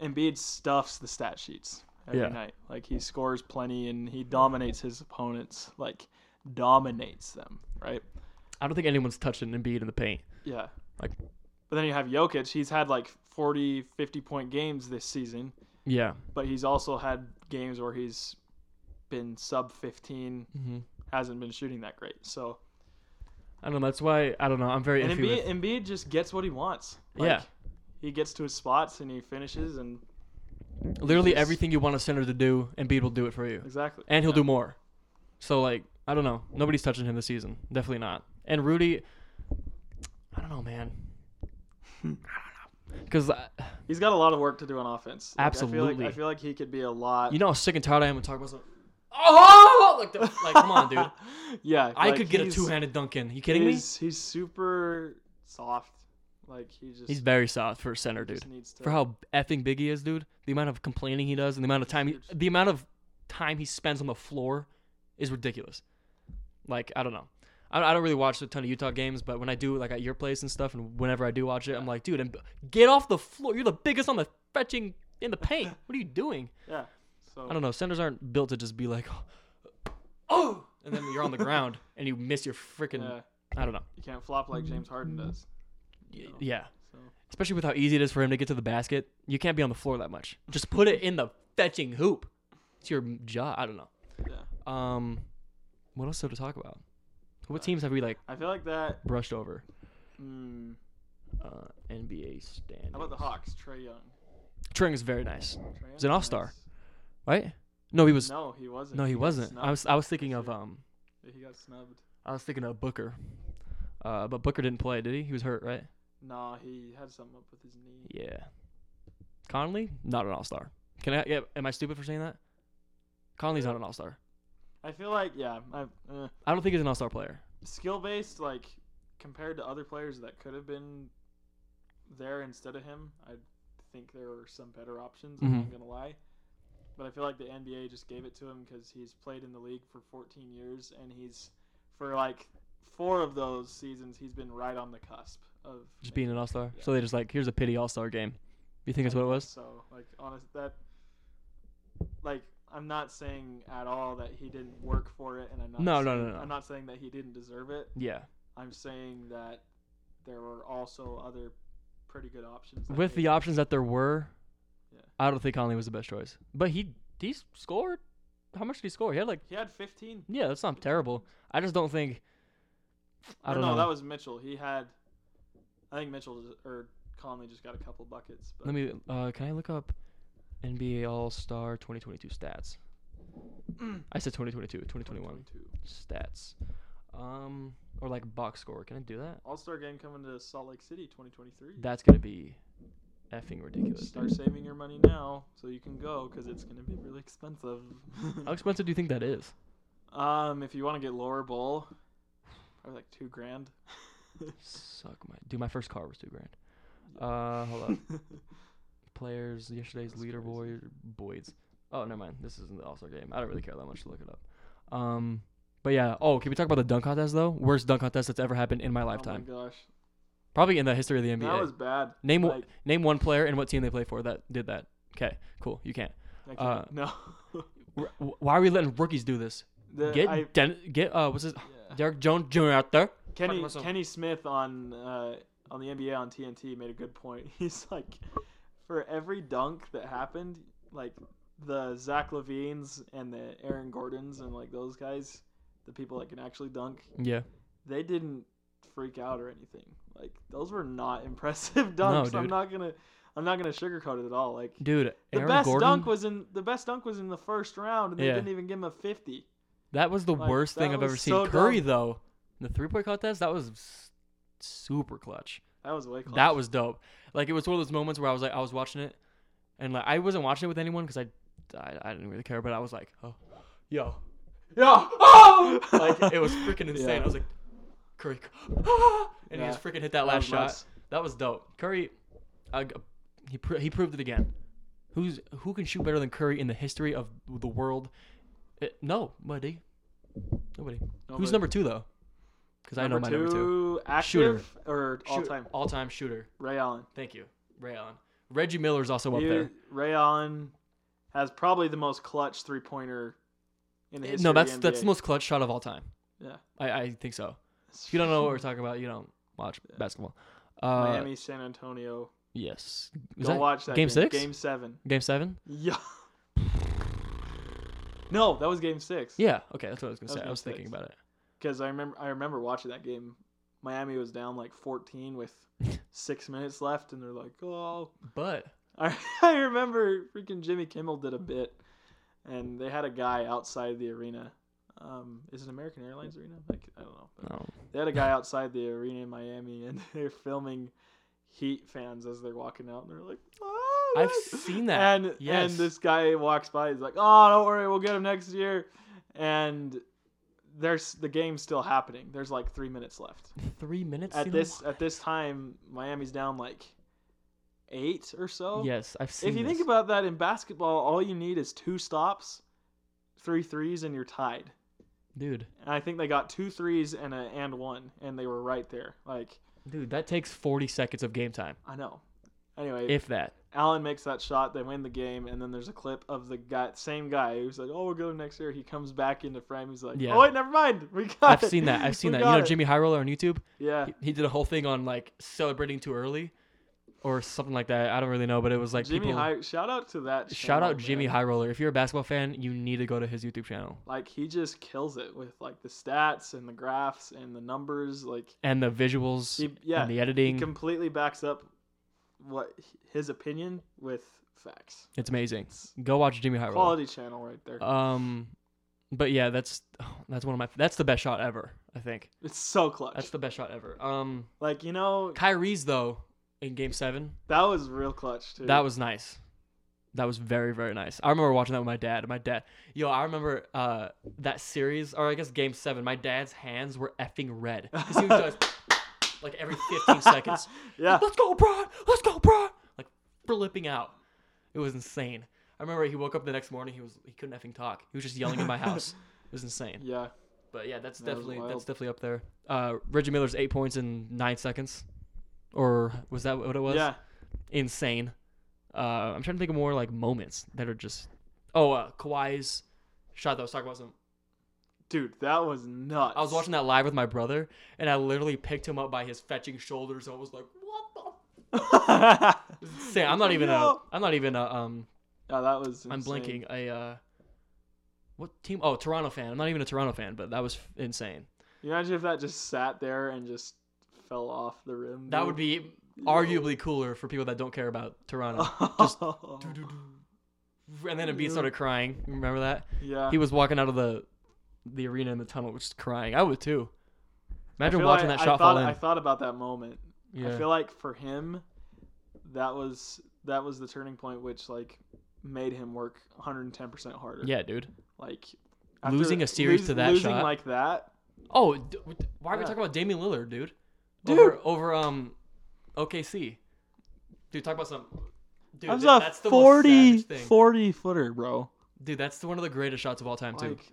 Embiid stuffs the stat sheets every
Yeah.
night. Like he scores plenty and he dominates his opponents. Like dominates them, right?
I don't think anyone's touching Embiid in the paint.
Yeah.
Like-
but then you have Jokic. He's had like 40, 50 point games this season,
Yeah.
but he's also had games where he's been sub 15,
Mm-hmm.
hasn't been shooting that great. So,
I don't know. That's why I don't know. I'm very
and
iffy with-
Embiid, Embiid just gets what he wants.
Yeah.
He gets to his spots and he finishes, and
literally
just-
everything you want a center to do, Embiid will do it for you,
exactly.
and he'll
Yeah.
do more. So like, I don't know. Nobody's touching him this season. Definitely not. And Rudy, I don't know, man. I
Hmm.
don't know. Because
He's got a lot of work to do on offense. Like, I feel
Absolutely.
like, I feel like he could be a lot.
you know how sick and tired I am of talking about something. Oh, like, the, like come on, dude.
yeah,
I
like,
could get a
he's-
two-handed dunk in. You kidding me?
he's- He's super soft. Like he just
He's very soft for a center, dude.
just needs to.
For how effing big he is, dude. The amount of complaining he does and the amount of time he,
huge.
the amount of time he spends on the floor is ridiculous. Like I don't know. I, I don't really watch a ton of Utah games, but when I do, like at your place and stuff, and whenever I do watch it, I'm like, dude, and get off the floor. You're the biggest on the fetching in the paint. What are you doing?
yeah. So
I don't know. Centers aren't built to just be like, oh, and then you're on the ground and you miss your freaking.
yeah,
I don't know.
you can't flop like James Harden does.
Y-
No.
Yeah.
So
especially with how easy it is for him to get to the basket. You can't be on the floor that much. Just put it in the fetching hoop. It's your job. I don't know.
yeah,
Um, what else there to talk about? What teams have we like
I feel like that.
brushed over?
Mm,
Uh, NBA standings.
how about the Hawks? Trey Young.
Turing is very nice,
Trae Young's
an all-star.
nice.
right? No, he was.
No,
No,
he wasn't.
he
got
wasn't.
snubbed.
I was. I was thinking
this
of
year.
um.
He got snubbed.
I was thinking of Booker. Uh, but Booker didn't play, did he? He was hurt, right?
No, he had something up with his knee.
Yeah. Conley, not an all-star. Can I? Yeah, am I stupid for saying that? Conley's not an all-star.
I feel like yeah, I, uh,
I don't think he's an all-star player.
skill based like compared to other players that could have been there instead of him. I think there were some better options. I'm
Mhm.
not gonna lie, but I feel like the NBA just gave it to him because he's played in the league for 14 years and he's for like four of those seasons he's been right on the cusp of
just
making
being an all star.
Yeah.
So they just like, here's a pity all star game. You think that's
I
what it
guess
was?
So, like, honest that, like, I'm not saying at all that he didn't work for it, and I'm not.
No, no,
saying-
no, no.
I'm not saying that he didn't deserve it.
Yeah.
I'm saying that there were also other pretty good options. that
With
they-
the options that there were,
Yeah.
I don't think Conley was the best choice. But he he s- scored. How much did he score? He had like
he had 15.
yeah, that's not terrible. I just don't think. I
Or
don't
no,
know.
that was Mitchell. He had, I think Mitchell just, or Conley just got a couple buckets. But
Let me. Uh, can I look up NBA All Star 2022 stats? I said 2022, 2021 stats. Um, or like box score. Can I do that?
All Star game coming to Salt Lake City 2023.
That's gonna be effing ridiculous.
Start saving your money now so you can go because it's going to be really expensive.
How expensive do you think that is?
um, if you want to get lower bowl, probably like two grand.
Suck my dude. My first car was two grand. Uh, hold up. Players yesterday's
That's crazy.
leaderboard Boyd's. Oh, never mind. This isn't the All Star game. I don't really care that much to look it up. Um, but yeah. Oh, can we talk about the dunk contest though? Worst dunk contest that's ever happened in my lifetime.
Oh my gosh,
Probably in the history of the NBA.
that was bad.
name one.
like-
name one player and what team they play for that did that. Okay, cool. You can't.
I
Uh,
can't- no.
We're- wh- Why are we letting rookies do this?
The-
Get
Uh, I-
Den- get uh, what's his
yeah.
Derek Jones Jr. out there.
Kenny
about some-
Kenny Smith on uh, on the NBA on TNT made a good point. He's like, for every dunk that happened, like the Zach Levines and the Aaron Gordons and like those guys, the people that can actually dunk,
Yeah.
they didn't freak out or anything. Like those were not impressive dunks. I'm
dude.
not gonna I'm not gonna sugarcoat it at all. Like
Dude,
the
Aaron
best
Gordon.
dunk was in the best dunk was in the first round, and they
Yeah.
didn't even give him a fifty.
That was the
Like,
worst thing
that
I've ever
was
seen.
so
Curry
dumb.
though, the three point contest that was s- super clutch.
That was way close.
That was dope. Like it was one of those moments where I was like, I was watching it, and like I wasn't watching it with anyone because I, I, I didn't really care. But I was like, oh, yo, yo, oh! like it was freaking insane.
Yeah.
I was like, Curry, and he
Yeah.
just freaking hit that
That
last
was
shot.
nuts.
That was dope. Curry, I, he pro- he proved it again. Who's who can shoot better than Curry in the history of the world? Eh, no, buddy. Nobody. Who's
Nobody.
number two though? because I know my number two.
active
Shooter.
or all
Shoot-
time?
all-time shooter.
Ray Allen.
Thank you, Ray Allen. Reggie Miller's also up
You-
there.
Ray Allen has probably the most clutch three pointer in the history.
No,
of
that's
the
that's the most clutch shot of all time.
Yeah.
I, I think so. If you don't know what we're talking about, you don't watch basketball. Uh,
Miami, San Antonio.
Yes. Was
Go watch that
game, six?
Game seven.
Game seven?
Yeah. No, that was game six.
Yeah. Okay, that's what I was gonna
That was
say. I
game
was thinking
six.
about it.
Because I remember, I remember watching that game. Miami was down like 14 with six minutes left, and they're like, "Oh."
But
I, I remember freaking Jimmy Kimmel did a bit, and they had a guy outside the arena. Um, is it American Airlines arena? Like, I don't know.
no.
They had a guy outside the arena in Miami, and they're filming Heat fans as they're walking out, and they're like, "Oh,
I've
that's-"
seen that.
And
Yes.
and this guy walks by, he's like, "Oh, don't worry, we'll get him next year." And there's the game's still happening. There's like three minutes left
three minutes
at
you know?
this at this time. Miami's down like eight or so.
Yes, I've seen
If you think
this.
about that in basketball, all you need is two stops, three threes, and you're tied.
dude.
And I think they got two threes and a and one, and they were right there. Like
Dude, that takes forty seconds of game time.
I know. Anyway,
If that.
Allen makes that shot, they win the game, and then there's a clip of the guy, same guy who's like, "Oh, we'll go next year." He comes back into frame. He's like,
Yeah.
"Oh wait, never mind. We got
I've
it.
seen that. I've seen
We
that. You
got
know
it."
Jimmy High Roller on YouTube?
Yeah,
He, he did a whole thing on like celebrating too early or something like that. I don't really know, but it was like
Jimmy
people
High. Shout out to that.
Shout
channel,
out Jimmy
man.
High Roller. If you're a basketball fan, you need to go to his YouTube channel
Like he just kills it with like the stats and the graphs and the numbers. Like
and the visuals
He- yeah,
and the
he
editing.
completely backs up what his opinion with facts.
it's amazing.
It's
Go watch Jimmy High Roller.
quality channel right there.
Um, but yeah, that's that's one of my that's the best shot ever. I think
it's so clutch.
that's the best shot ever. Um,
like you know,
Kyrie's though in Game Seven,
that was real clutch too.
that was nice. That was very very nice. I remember watching that with my dad. and My dad, yo, I remember uh that series or I guess Game Seven. My dad's hands were effing red. 'Cause He was just, like every 15 seconds.
yeah.
Let's go, Brian. Let's go, Brian. Like flipping out. It was insane. I remember he woke up the next morning. He was he couldn't effing talk. He was just yelling in my house. It was insane.
Yeah.
But yeah, that's
That was
definitely
wild.
that's definitely up there. Uh, Reggie Miller's eight points in nine seconds, or was that what it was?
Yeah.
insane. Uh, I'm trying to think of more like moments that are just. Oh, uh, Kawhi's shot that I was talking about. Some
Dude, that was nuts.
I was watching that live with my brother, and I literally picked him up by his fetching shoulders. and I was like, "What the
yeah,
Sam, I'm not even a.
Yo.
I'm not even a. Um,
that was.
I'm
insane.
blinking. A. Uh, what team? Oh, Toronto fan. I'm not even a Toronto fan, but that was f- insane.
You imagine if that just sat there and just fell off the rim.
That would be arguably cooler for people that don't care about Toronto.
just.
And then Embiid started crying. Remember that?
yeah.
He was walking out of the the arena in the tunnel, just crying. I would too.
I
Imagine
feel
watching
like-
that
I
shot
thought,
fall in.
I thought about that moment.
yeah.
I feel like for him, that was that was the turning point, which like made him work 110 percent harder.
yeah, dude.
Like
Losing a series to that
losing
shot.
like that.
Oh, d- d- why are we
Yeah.
talking about Damian Lillard, dude?
Dude.
over, over um, OKC. Dude, talk about some. Dude,
that was
th-
a
that's the
40,
most savage thing.
40 footer, bro.
Dude, that's one of the greatest shots of all time too.
Like,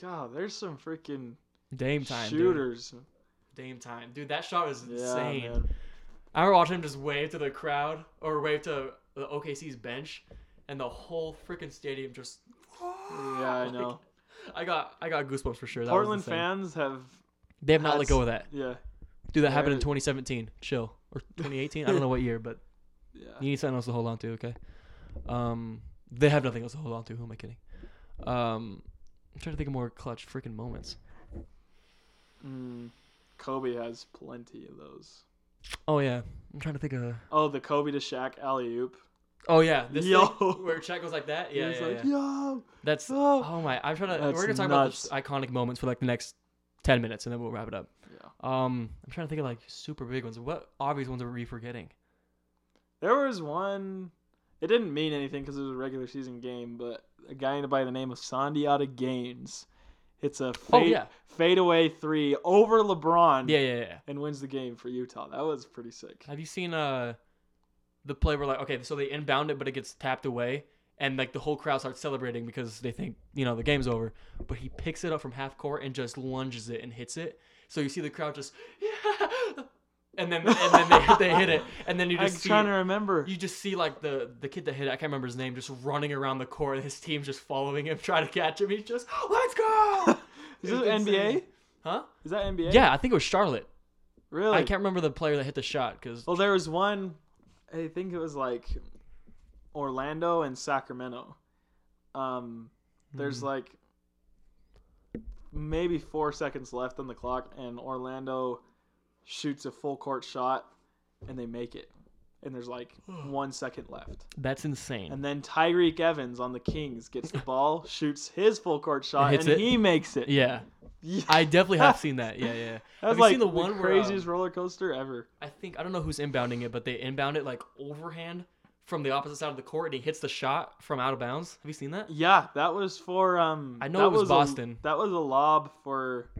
God, there's some freaking
Dame time, dude.
shooters.
Dame time, dude. That shot is
Yeah,
insane.
man.
I remember watching him just wave to the crowd or wave to the OKC's bench, and the whole freaking stadium just.
Yeah, I
Like,
know.
I got I got goosebumps for sure. That was
Portland
insane.
fans have
They have not let
has-
go of that.
yeah,
Dude, that happened in
They're-
2017. Chill or 2018. I don't know what year, but
yeah.
you need something else to hold on to. Okay. Um, they have nothing else to hold on to. Who am I kidding? Um, I'm trying to think of more clutch freaking moments.
Mm, Kobe has plenty of those.
Oh yeah, I'm trying to think of.
Oh, the Kobe to Shaq alley oop.
Oh yeah, this
Yo.
thing where Shaq goes like that. Yeah,
He's
yeah,
like,
yeah.
yo,
That's
yo.
oh my. I'm trying to.
That's
we're gonna talk
nuts.
about those iconic moments for like the next ten minutes, and then we'll wrap it up.
Yeah.
Um, I'm trying to think of like super big ones. What obvious ones are we forgetting?
There was one. It didn't mean anything because it was a regular season game, but a guy by the name of Sandiata Gaines hits a fade,
Oh, yeah.
fadeaway three over LeBron
Yeah, yeah, yeah, yeah.
and wins the game for Utah. That was pretty sick.
Have you seen uh the play where like okay, so they inbound it, but it gets tapped away, and like the whole crowd starts celebrating because they think you know the game's over, but he picks it up from half court and just lunges it and hits it, So you see the crowd just, yeah, and then and then they, they hit it, and then you
I'm
just see
trying to remember.
you just see like the the kid that hit it, I can't remember his name, just running around the court, and his team's just following him, trying to catch him. He's just, let's go!
Is
It's
this NBA?
insane. Huh?
Is that NBA?
Yeah, I think it was Charlotte.
Really? Oh.
I can't remember the player that hit the shot because
Well, there was one. I think it was like Orlando and Sacramento. Um, there's
Hmm.
like maybe four seconds left on the clock, and Orlando shoots a full court shot, and they make it. And there's like
Hmm.
one second left,
that's insane.
and then Tyreek Evans on the Kings gets the ball, shoots his full court shot,
hits
and
it.
he makes it.
yeah,
Yeah.
I definitely have seen that. Yeah,
That
yeah.
was
have you
like
seen the
the
one
craziest
where um,
roller coaster ever.
I think I don't know who's inbounding it, but they inbound it like overhand from the opposite side of the court, and he hits the shot from out of bounds. Have you seen that?
Yeah, that was for um.
I know
that
it was
a-
Boston.
that was a lob for.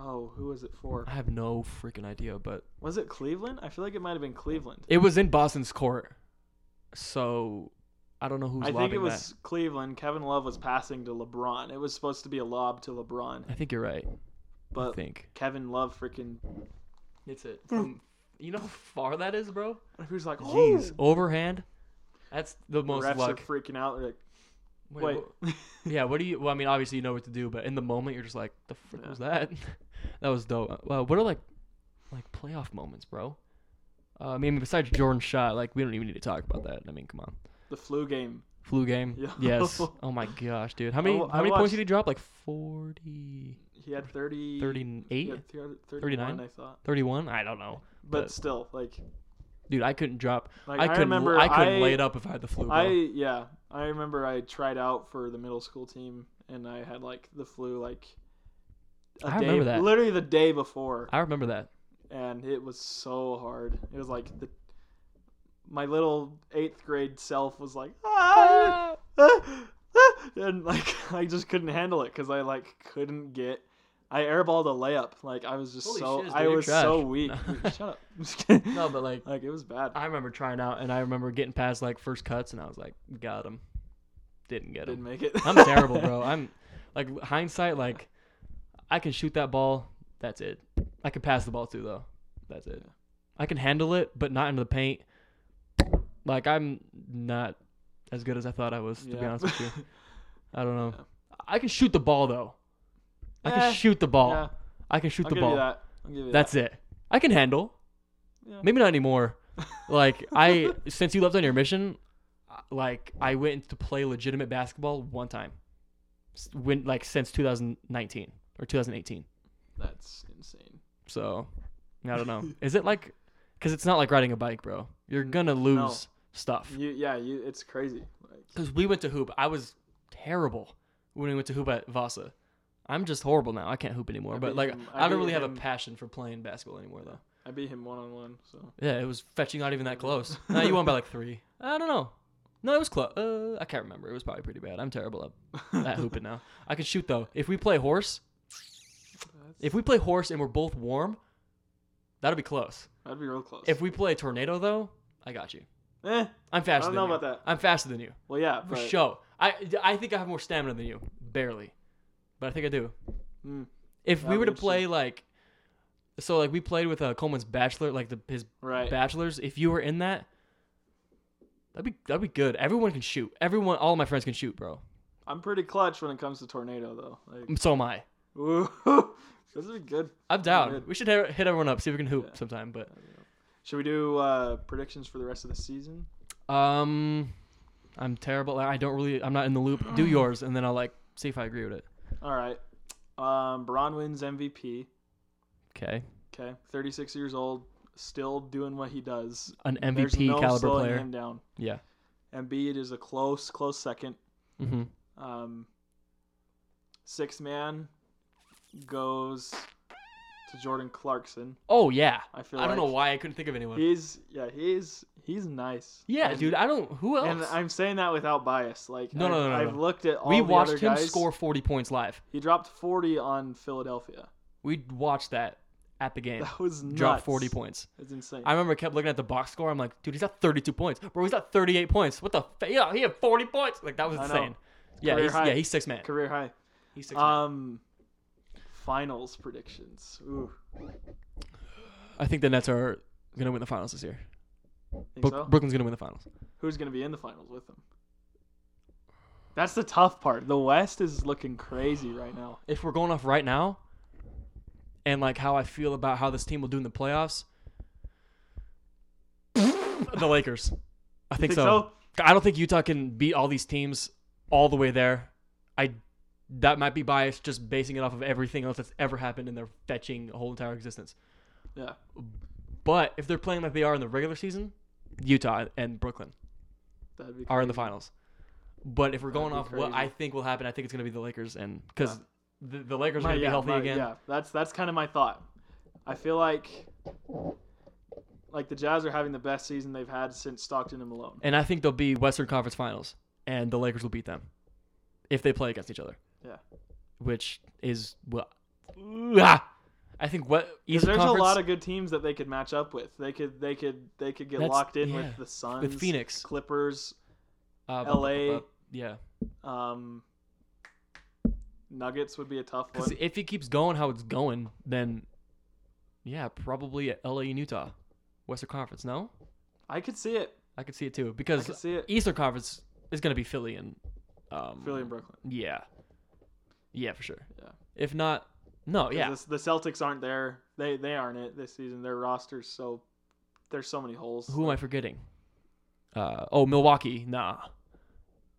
Oh, who was it for?
I have no freaking idea, but
Was it Cleveland? I feel like it might have been Cleveland.
it was in Boston's court, so I don't know who's
I
lobbing
think it
that.
was Cleveland. Kevin Love was passing to LeBron. It was supposed to be a lob to LeBron,
I think you're right. I
but
think
Kevin Love freaking
it's it. From, you know how far that is, bro.
who's like, jeez,
Jeez, overhand. That's the most
refs
luck.
are freaking out. They're like,
Wait,
wait,
what- yeah. What do you? Well, I mean, obviously you know what to do, but in the moment you're just like, the frick
Yeah.
was that? that was dope. Uh, Well, what are like, like playoff moments, bro? Uh, I mean, besides Jordan's shot, like we don't even need to talk about that. I mean, come on.
the flu game.
Flu game.
Yo.
Yes. Oh my gosh, dude. How many?
wa-
how
I
many points
watched-
did he drop? Like 40,
He had 30,
38,
he had 30
39?
31, I thought.
31? I don't know,
But,
But-
still, like,
dude. I couldn't drop.
like
I
I,
couldn't.
remember
I couldn't
I,
lay it up if I had the flu. Bro.
I yeah, I remember I tried out for the middle school team and I had like the flu like a
I
day,
remember that.
literally the day before,
I remember that.
and it was so hard. It was like the my little eighth grade self was like, ah, ah, ah," and like I just couldn't handle it because I like couldn't get. I airballed a layup. Like I was just
Holy
so
shit, dude,
I
you're
was so
trash.
weak.
No.
Dude, Shut up. I'm just kidding.
No, but like
Like it was bad.
I remember trying out, and I remember getting past like first cuts, and I was like, got him. Didn't get
didn't
him.
make it.
I'm terrible, bro. I'm like hindsight, like I can shoot that ball. That's it. I can pass the ball too, though. That's it.
Yeah.
I can handle it, but not into the paint. Like I'm not as good as I thought I was, to be
Yeah.
honest with you. I don't know.
Yeah.
I can shoot the ball though. I can
Eh,
shoot the ball.
yeah,
I can shoot
I'll
the
give
ball.
you that. I'll give you that.
That's it. I can handle.
Yeah.
Maybe not anymore. Like I, since you left on your mission, I- like I went to play legitimate basketball one time, S- when like since 2019 or 2018.
That's insane.
So I don't know. Is it like? Because it's not like riding a bike, bro. You're gonna lose stuff.
You, yeah, you, it's crazy. Like,
Because we went to hoop. I was terrible when we went to hoop at Vasa. I'm just horrible now. I can't hoop anymore.
I
but
beat
like,
him- I
I,
beat
don't really have a
him.
passion for playing basketball anymore, though.
I beat him one on one. So
Yeah, it was fetching not even that close. No, you won by like three. I don't know. No, it was close. Uh, I can't remember. It was probably pretty bad. I'm terrible at, at hooping now. I can shoot though. If we play horse, if we play horse and we're both warm, that'll be close.
that'd be real close.
If we play tornado though, I got you.
eh,
I'm
I
faster.
don't
than
know
you.
about that.
I'm faster than you
Well, yeah,
for
but,
sure. I I think I have more stamina than you, barely, but I think I do.
mm,
If we
That'd
were to
be
play like, so like we played with uh, Coleman's bachelor, like the his
right.
bachelors if you were in that that'd be that'd be good everyone can shoot everyone all of my friends can shoot bro
I'm pretty clutch when it comes to tornado though. Like,
so am i
ooh, this would be good.
i'm
Yeah.
down we should hit hit everyone up see if we can hoop
Yeah.
sometime but
Should we do uh, predictions for the rest of the season?
um i'm terrible like, i don't really i'm not in the loop do yours and then i'll like see if i agree with it
All right. Um, Bron wins MVP.
okay
Okay, 36 years old, still doing what he does.
an
There's
mvp
no
caliber
slowing
player
him down.
yeah
Embiid is a close, close second.
mm-hmm.
Um, sixth man goes to Jordan Clarkson.
oh yeah
I feel.
i don't
like
know why i couldn't think of anyone
He's yeah. He's he's nice.
yeah
And-
dude i don't who
And
else
I'm saying that without bias. Like
No,
I've,
no, no, no,
I've
no.
looked at all
we
the
watched
other
him
guys.
score 40 points live
He dropped 40 on Philadelphia.
we watched that at the game
That was nuts.
dropped 40 points
It's insane.
I remember I kept looking at the box score. I'm like, dude, he's at 32 points. Bro, he's at 38 points. What the? F- yeah, he had 40 points. Like that was
I know.
insane. Yeah,
Career
he's,
high.
yeah, he's six man.
Career high.
He's six man.
Um, finals predictions. Ooh, uh,
I think the Nets are gonna win the finals this year.
think
Brook
so?
Brooklyn's gonna win the finals.
Who's going to be in the finals with them? That's the tough part. The West is looking crazy right now.
If we're going off right now, and like how I feel about how this team will do in the playoffs, the Lakers. I
think
think, so. I don't think Utah can beat all these teams all the way there. I that might be biased, just basing it off of everything else that's ever happened in their fetching whole entire existence.
Yeah.
But if they're playing like they are in the regular season, Utah and Brooklyn
That'd be
are in the
crazy.
finals. But if we're going
be
off what
crazy.
I think will happen, I think it's going to be the Lakers, and because the, the Lakers are
My-
going to
yeah,
be healthy
my-
again.
Yeah, that's that's kind of my thought. I feel like like the Jazz are having the best season they've had since Stockton and Malone.
And I think they'll be Western Conference Finals, and the Lakers will beat them if they play against each other.
Yeah.
Which is what Ah! I think. What
Because
Eastern
there's
Conference
a lot of good teams that they could match up with. They could they could they could get
That's-
locked in
yeah.
with the Suns,
with Phoenix,
Clippers,
uh,
LA.
Yeah,
um, Nuggets would be a tough
because
one.
if it keeps going how it's going, then yeah, probably LA and Utah, Western Conference. No,
I could see it.
I could see it too
I
because
could see it.
Eastern Conference is going to be Philly and um,
Philly and Brooklyn.
Yeah, yeah, for sure.
Yeah.
If not, no,
'Cause
yeah,
this- The, Celtics aren't there. They they aren't it this season. Their roster's so there's so many holes.
Who am I forgetting? Uh, oh, Milwaukee. Nah,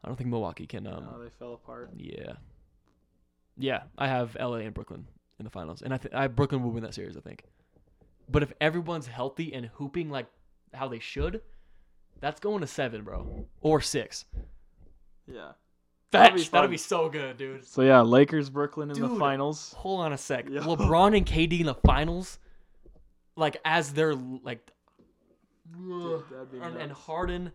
I don't think Milwaukee can. Um,
No, they fell apart.
Yeah, yeah. I have LA and Brooklyn in the finals, and I think I Brooklyn will win that series. I think. But if everyone's healthy and hooping like how they should, that's going to seven, bro, or six.
Yeah.
That
That'd
that'd
be
be,
fun.
so good, dude.
So yeah, Lakers Brooklyn in the
Dude.
finals.
Hold on a sec.
Yeah.
LeBron and KD in the finals, like as they're like,
that'd be
and, and
nuts.
Harden,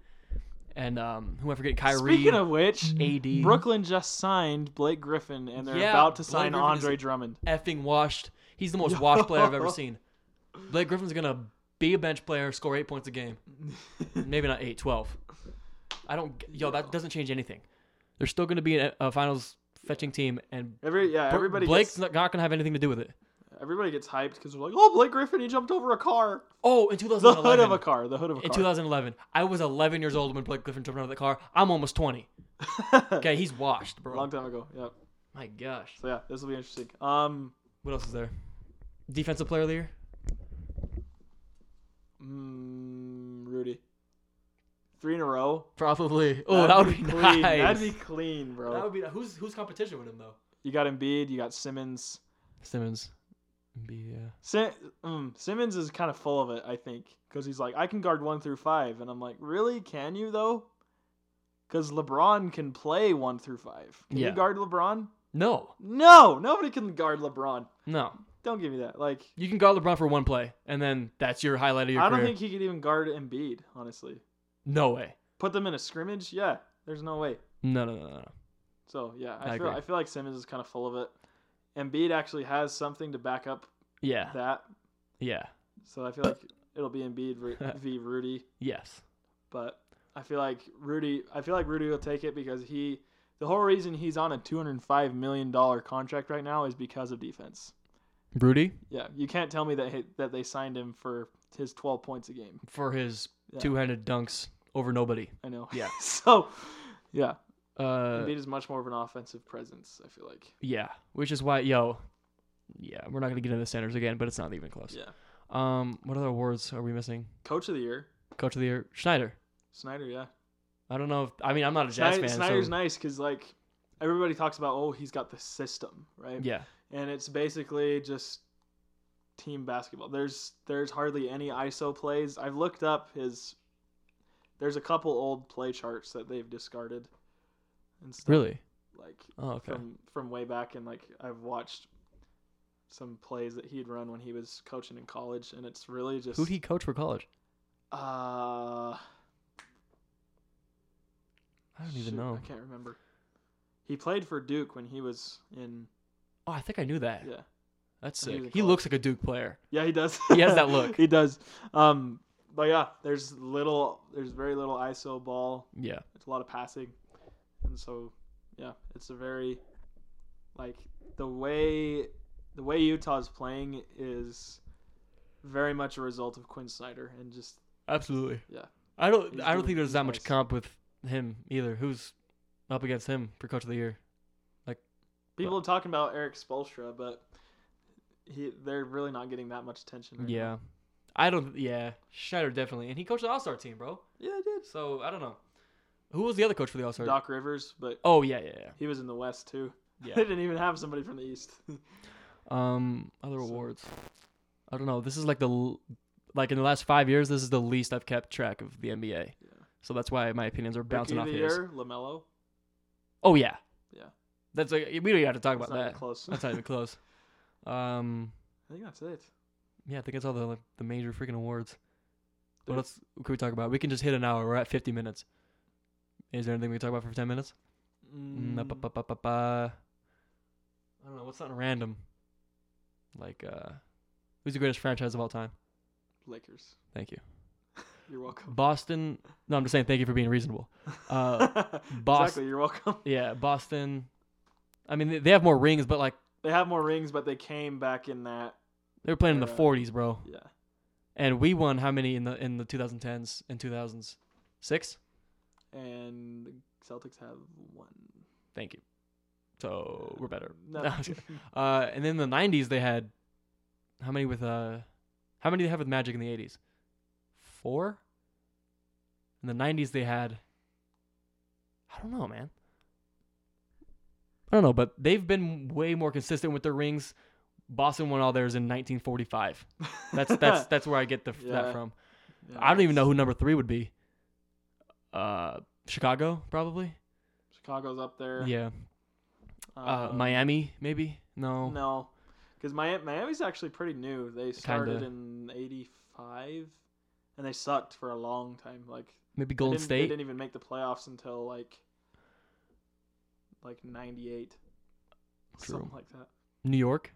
and um, who am I forgetting? Kyrie.
Speaking of which,
AD.
Brooklyn just signed Blake Griffin, and they're
Yeah,
about to
Blake
sign
Griffin is-
Andre Drummond.
effing washed. He's the most washed player I've ever seen. Blake Griffin's gonna be a bench player, score eight points a game. Maybe not eight, 12. I don't. g- Yo, that doesn't change anything. They're still gonna be a, a finals fetching team, and
Every yeah,
Br-
everybody
Blake's
gets,
not- not gonna have anything to do with it.
everybody gets hyped because they're like, oh, Blake Griffin, he jumped over a car,
Oh, in
the hood
2011.
of a car, the hood of a
in
car.
2011, I was 11 years old when Blake Griffin jumped out of the car. I'm almost 20. Okay, he's washed, bro.
Long time ago. Yep.
My gosh.
So yeah, this will be interesting. Um,
What else is there? Defensive player of the year?
mm, Rudy, three in a row.
Probably. Oh, that would be,
clean.
nice.
That'd be clean, bro.
That would be. Who's who's competition with him though?
You got Embiid, you got Simmons.
Simmons. Be yeah.
Sim- mm, Simmons is kind of full of it, I think, because he's like, I can guard one through five, and I'm like, really? Can you though? Because LeBron can play one through five. Can
Yeah.
you guard LeBron?
No,
No, nobody can guard LeBron.
no.
Don't give me that. Like,
You can guard LeBron for one play, and then that's your highlight of your
I
career.
don't think he could even guard Embiid. Honestly,
No way.
put them in a scrimmage. Yeah, there's no way.
No, no, no, no. no.
So yeah, I,
I
feel
agree.
I feel like Simmons is kind of full of it. Embiid actually has something to back up
Yeah,
that,
yeah,
so I feel like it'll be Embiid ver- v Rudy.
yes.
but I feel like Rudy. I feel like Rudy will take it because he. The whole reason he's on a two hundred five million dollar contract right now is because of defense.
Rudy
Yeah, you can't tell me that he, that they signed him for his twelve points a game.
for his
Yeah.
two-handed dunks over nobody.
I know.
Yeah.
so, yeah,
Uh,
Embiid is much more of an offensive presence. I feel like.
yeah, which is why, yo, yeah, we're not gonna get into the centers again, but it's not even close.
Yeah.
Um, what other awards are we missing?
Coach of the year,
Coach of the year, Schneider.
Snyder. Yeah.
I don't know. if I mean, I'm not a jazz
Snyder,
fan.
Snyder's
so,
nice because like everybody talks about, oh, he's got the system, right?
Yeah,
and it's basically just team basketball. There's there's hardly any ISO plays. I've looked up his. There's a couple old play charts that they've discarded, and stuff
really.
like
Oh, okay.
from from way back, and like I've watched some plays that he'd run when he was coaching in college, and it's really just
Who'd he coach for college?
Uh,
I don't even
shoot,
know.
I can't remember. He played for Duke when he was in.
Oh, I think I knew that.
Yeah,
That's
I knew
sick.
the
He
college.
looks like a Duke player.
Yeah, he does.
He has that look.
he does. Um, but yeah, there's little, there's very little ISO ball.
Yeah.
It's a lot of passing, and so yeah, it's a very like the way the way Utah's playing is very much a result of Quinn Snyder and just
Absolutely.
Yeah.
I don't.
He's
I don't
doing-
think there's
he's
that much
nice.
comp with him either. Who's up against him for coach of the year?
people are talking about Eric Spolstra, but he they're really not getting that much attention. right now.
Yeah. I don't. Yeah. Schneider definitely, and he coached the All Star team, bro.
yeah, it is.
So I don't know. Who was the other coach for the All Star?
Doc Rivers, but
Oh yeah, yeah, yeah.
he was in the West too.
Yeah.
they didn't even have somebody from the East.
Um, other
So-
awards. I don't know. This is like the l- like in the last five years, this is the least I've kept track of the NBA.
Yeah.
So that's why my opinions are
Rookie
bouncing
of
off
the
his.
year, Lamelo.
Oh yeah.
Yeah.
That's like we don't even have to talk
That's
about
not even
that.
close.
That's not even close. Um,
I think that's it.
yeah, I think it's all the like, the major freaking awards.
Dude.
What else could we talk about? We can just hit an hour. We're at fifty minutes. Is there anything we can talk about for ten minutes? Mm,
Mm,
up, up, up, up, up, uh, I don't know. What's something random? Like, uh, who's the greatest franchise of all time?
Lakers.
Thank you.
You're welcome.
Boston. No, I'm just saying thank you for being reasonable. Uh, Boston.
Exactly. You're welcome.
Yeah, Boston. I mean, they- they have more rings, but like
They have more rings, but they came back in that.
they were playing in the
Era.
40s, bro.
Yeah.
And we won how many in the in the 2010s and 2000s? Six.
And the Celtics have one.
Thank you. So Oh, we're better.
No.
No, I'm just kidding. Uh, and then the 90s they had how many with uh how many they have with Magic in the 80s? Four. In the 90s they had I don't know, man. I don't know, but they've been way more consistent with their rings. Boston won all theirs in 1945. That's that's that's where I get the,
Yeah.
that from.
Yeah,
I don't even know
that's-
who number 3 would be. Uh Chicago probably.
Chicago's up there.
Yeah. Uh,
Um,
Miami maybe? No.
No, because Miami, Miami's actually pretty new. They started
Kinda.
in '85, and they sucked for a long time. Like
Maybe
they
Golden
didn't- They
State.
didn't even make the playoffs until like like '98, something
True.
like that.
New York.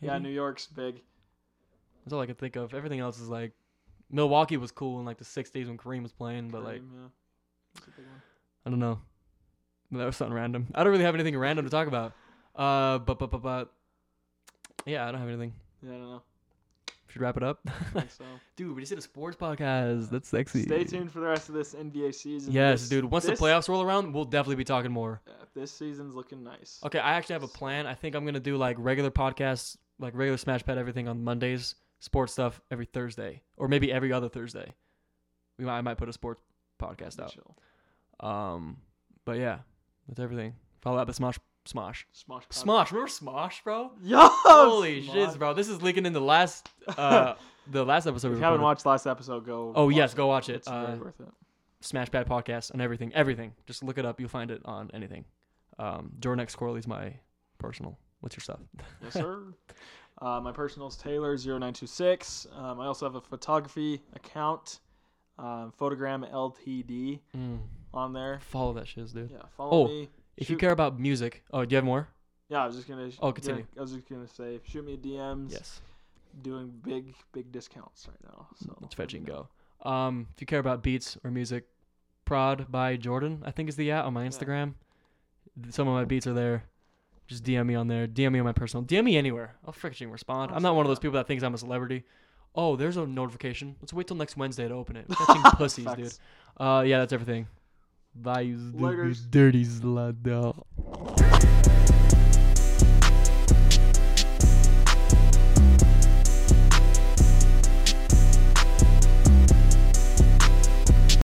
Yeah,
maybe?
New York's big.
That's all I could think of. Everything else is like Milwaukee was cool in like the '60s when Kareem was playing, but like
Kareem, yeah. It's a big one.
I don't know. That was something random. I don't really have anything random to talk about. Uh, but but but but yeah, I don't have anything.
Yeah, I don't know.
Should wrap it up,
I think so.
dude. We just did a sports podcast. That's sexy.
Stay tuned for the rest of this NBA season.
Yes,
This-
dude. Once
this-
the playoffs roll around, we'll definitely be talking more.
yeah, this season's looking nice.
Okay, I actually have a plan. I think I'm gonna do like regular podcasts, like regular Smash Pad, everything on Mondays. Sports stuff every Thursday, or maybe every other Thursday. We might, I might put a sports podcast out.
Chill.
Um, but yeah, that's everything. Follow up the Smosh, Smosh,
Smosh. pod-
Smosh. Remember Smosh, bro?
Yo,
Holy
Oh, Smosh.
shiz, bro! This is leaking in the last, uh, the last episode.
If
we
you haven't
recorded.
watched last episode, go.
Oh
watch
yes,
it.
go watch it.
It's
Uh,
very worth it.
Smashpad podcast on everything, everything. Just look it up. You'll find it on anything. Um, Jordan X Corley's my personal. What's your stuff?
Yes, sir. uh, my personal is Taylor0926. Um, I also have a photography account, um, Photogram LTD,
Mm,
on there.
follow that shiz, dude.
Yeah, follow
Oh,
me.
If you
Shoot-
care about music, oh, do you have more?
Yeah, I was just gonna.
Oh,
yeah,
continue.
I was just gonna say, shoot me DMs.
Yes,
Doing big, big discounts right now. So
let's fetch and go. Um, if you care about beats or music, Prod by Jordan, I think is the at on my
Yeah.
Instagram. Some of my beats are there. Just DM me on there. DM me on my personal. DM me anywhere. I'll freaking respond. I'm not one of those people that thinks I'm a celebrity. Oh, there's a notification. Let's wait till next Wednesday to open it. Catching pussies, dude.
Facts.
Uh, yeah, that's everything. Bye, you stupid
Laters.
dirty slut. dog.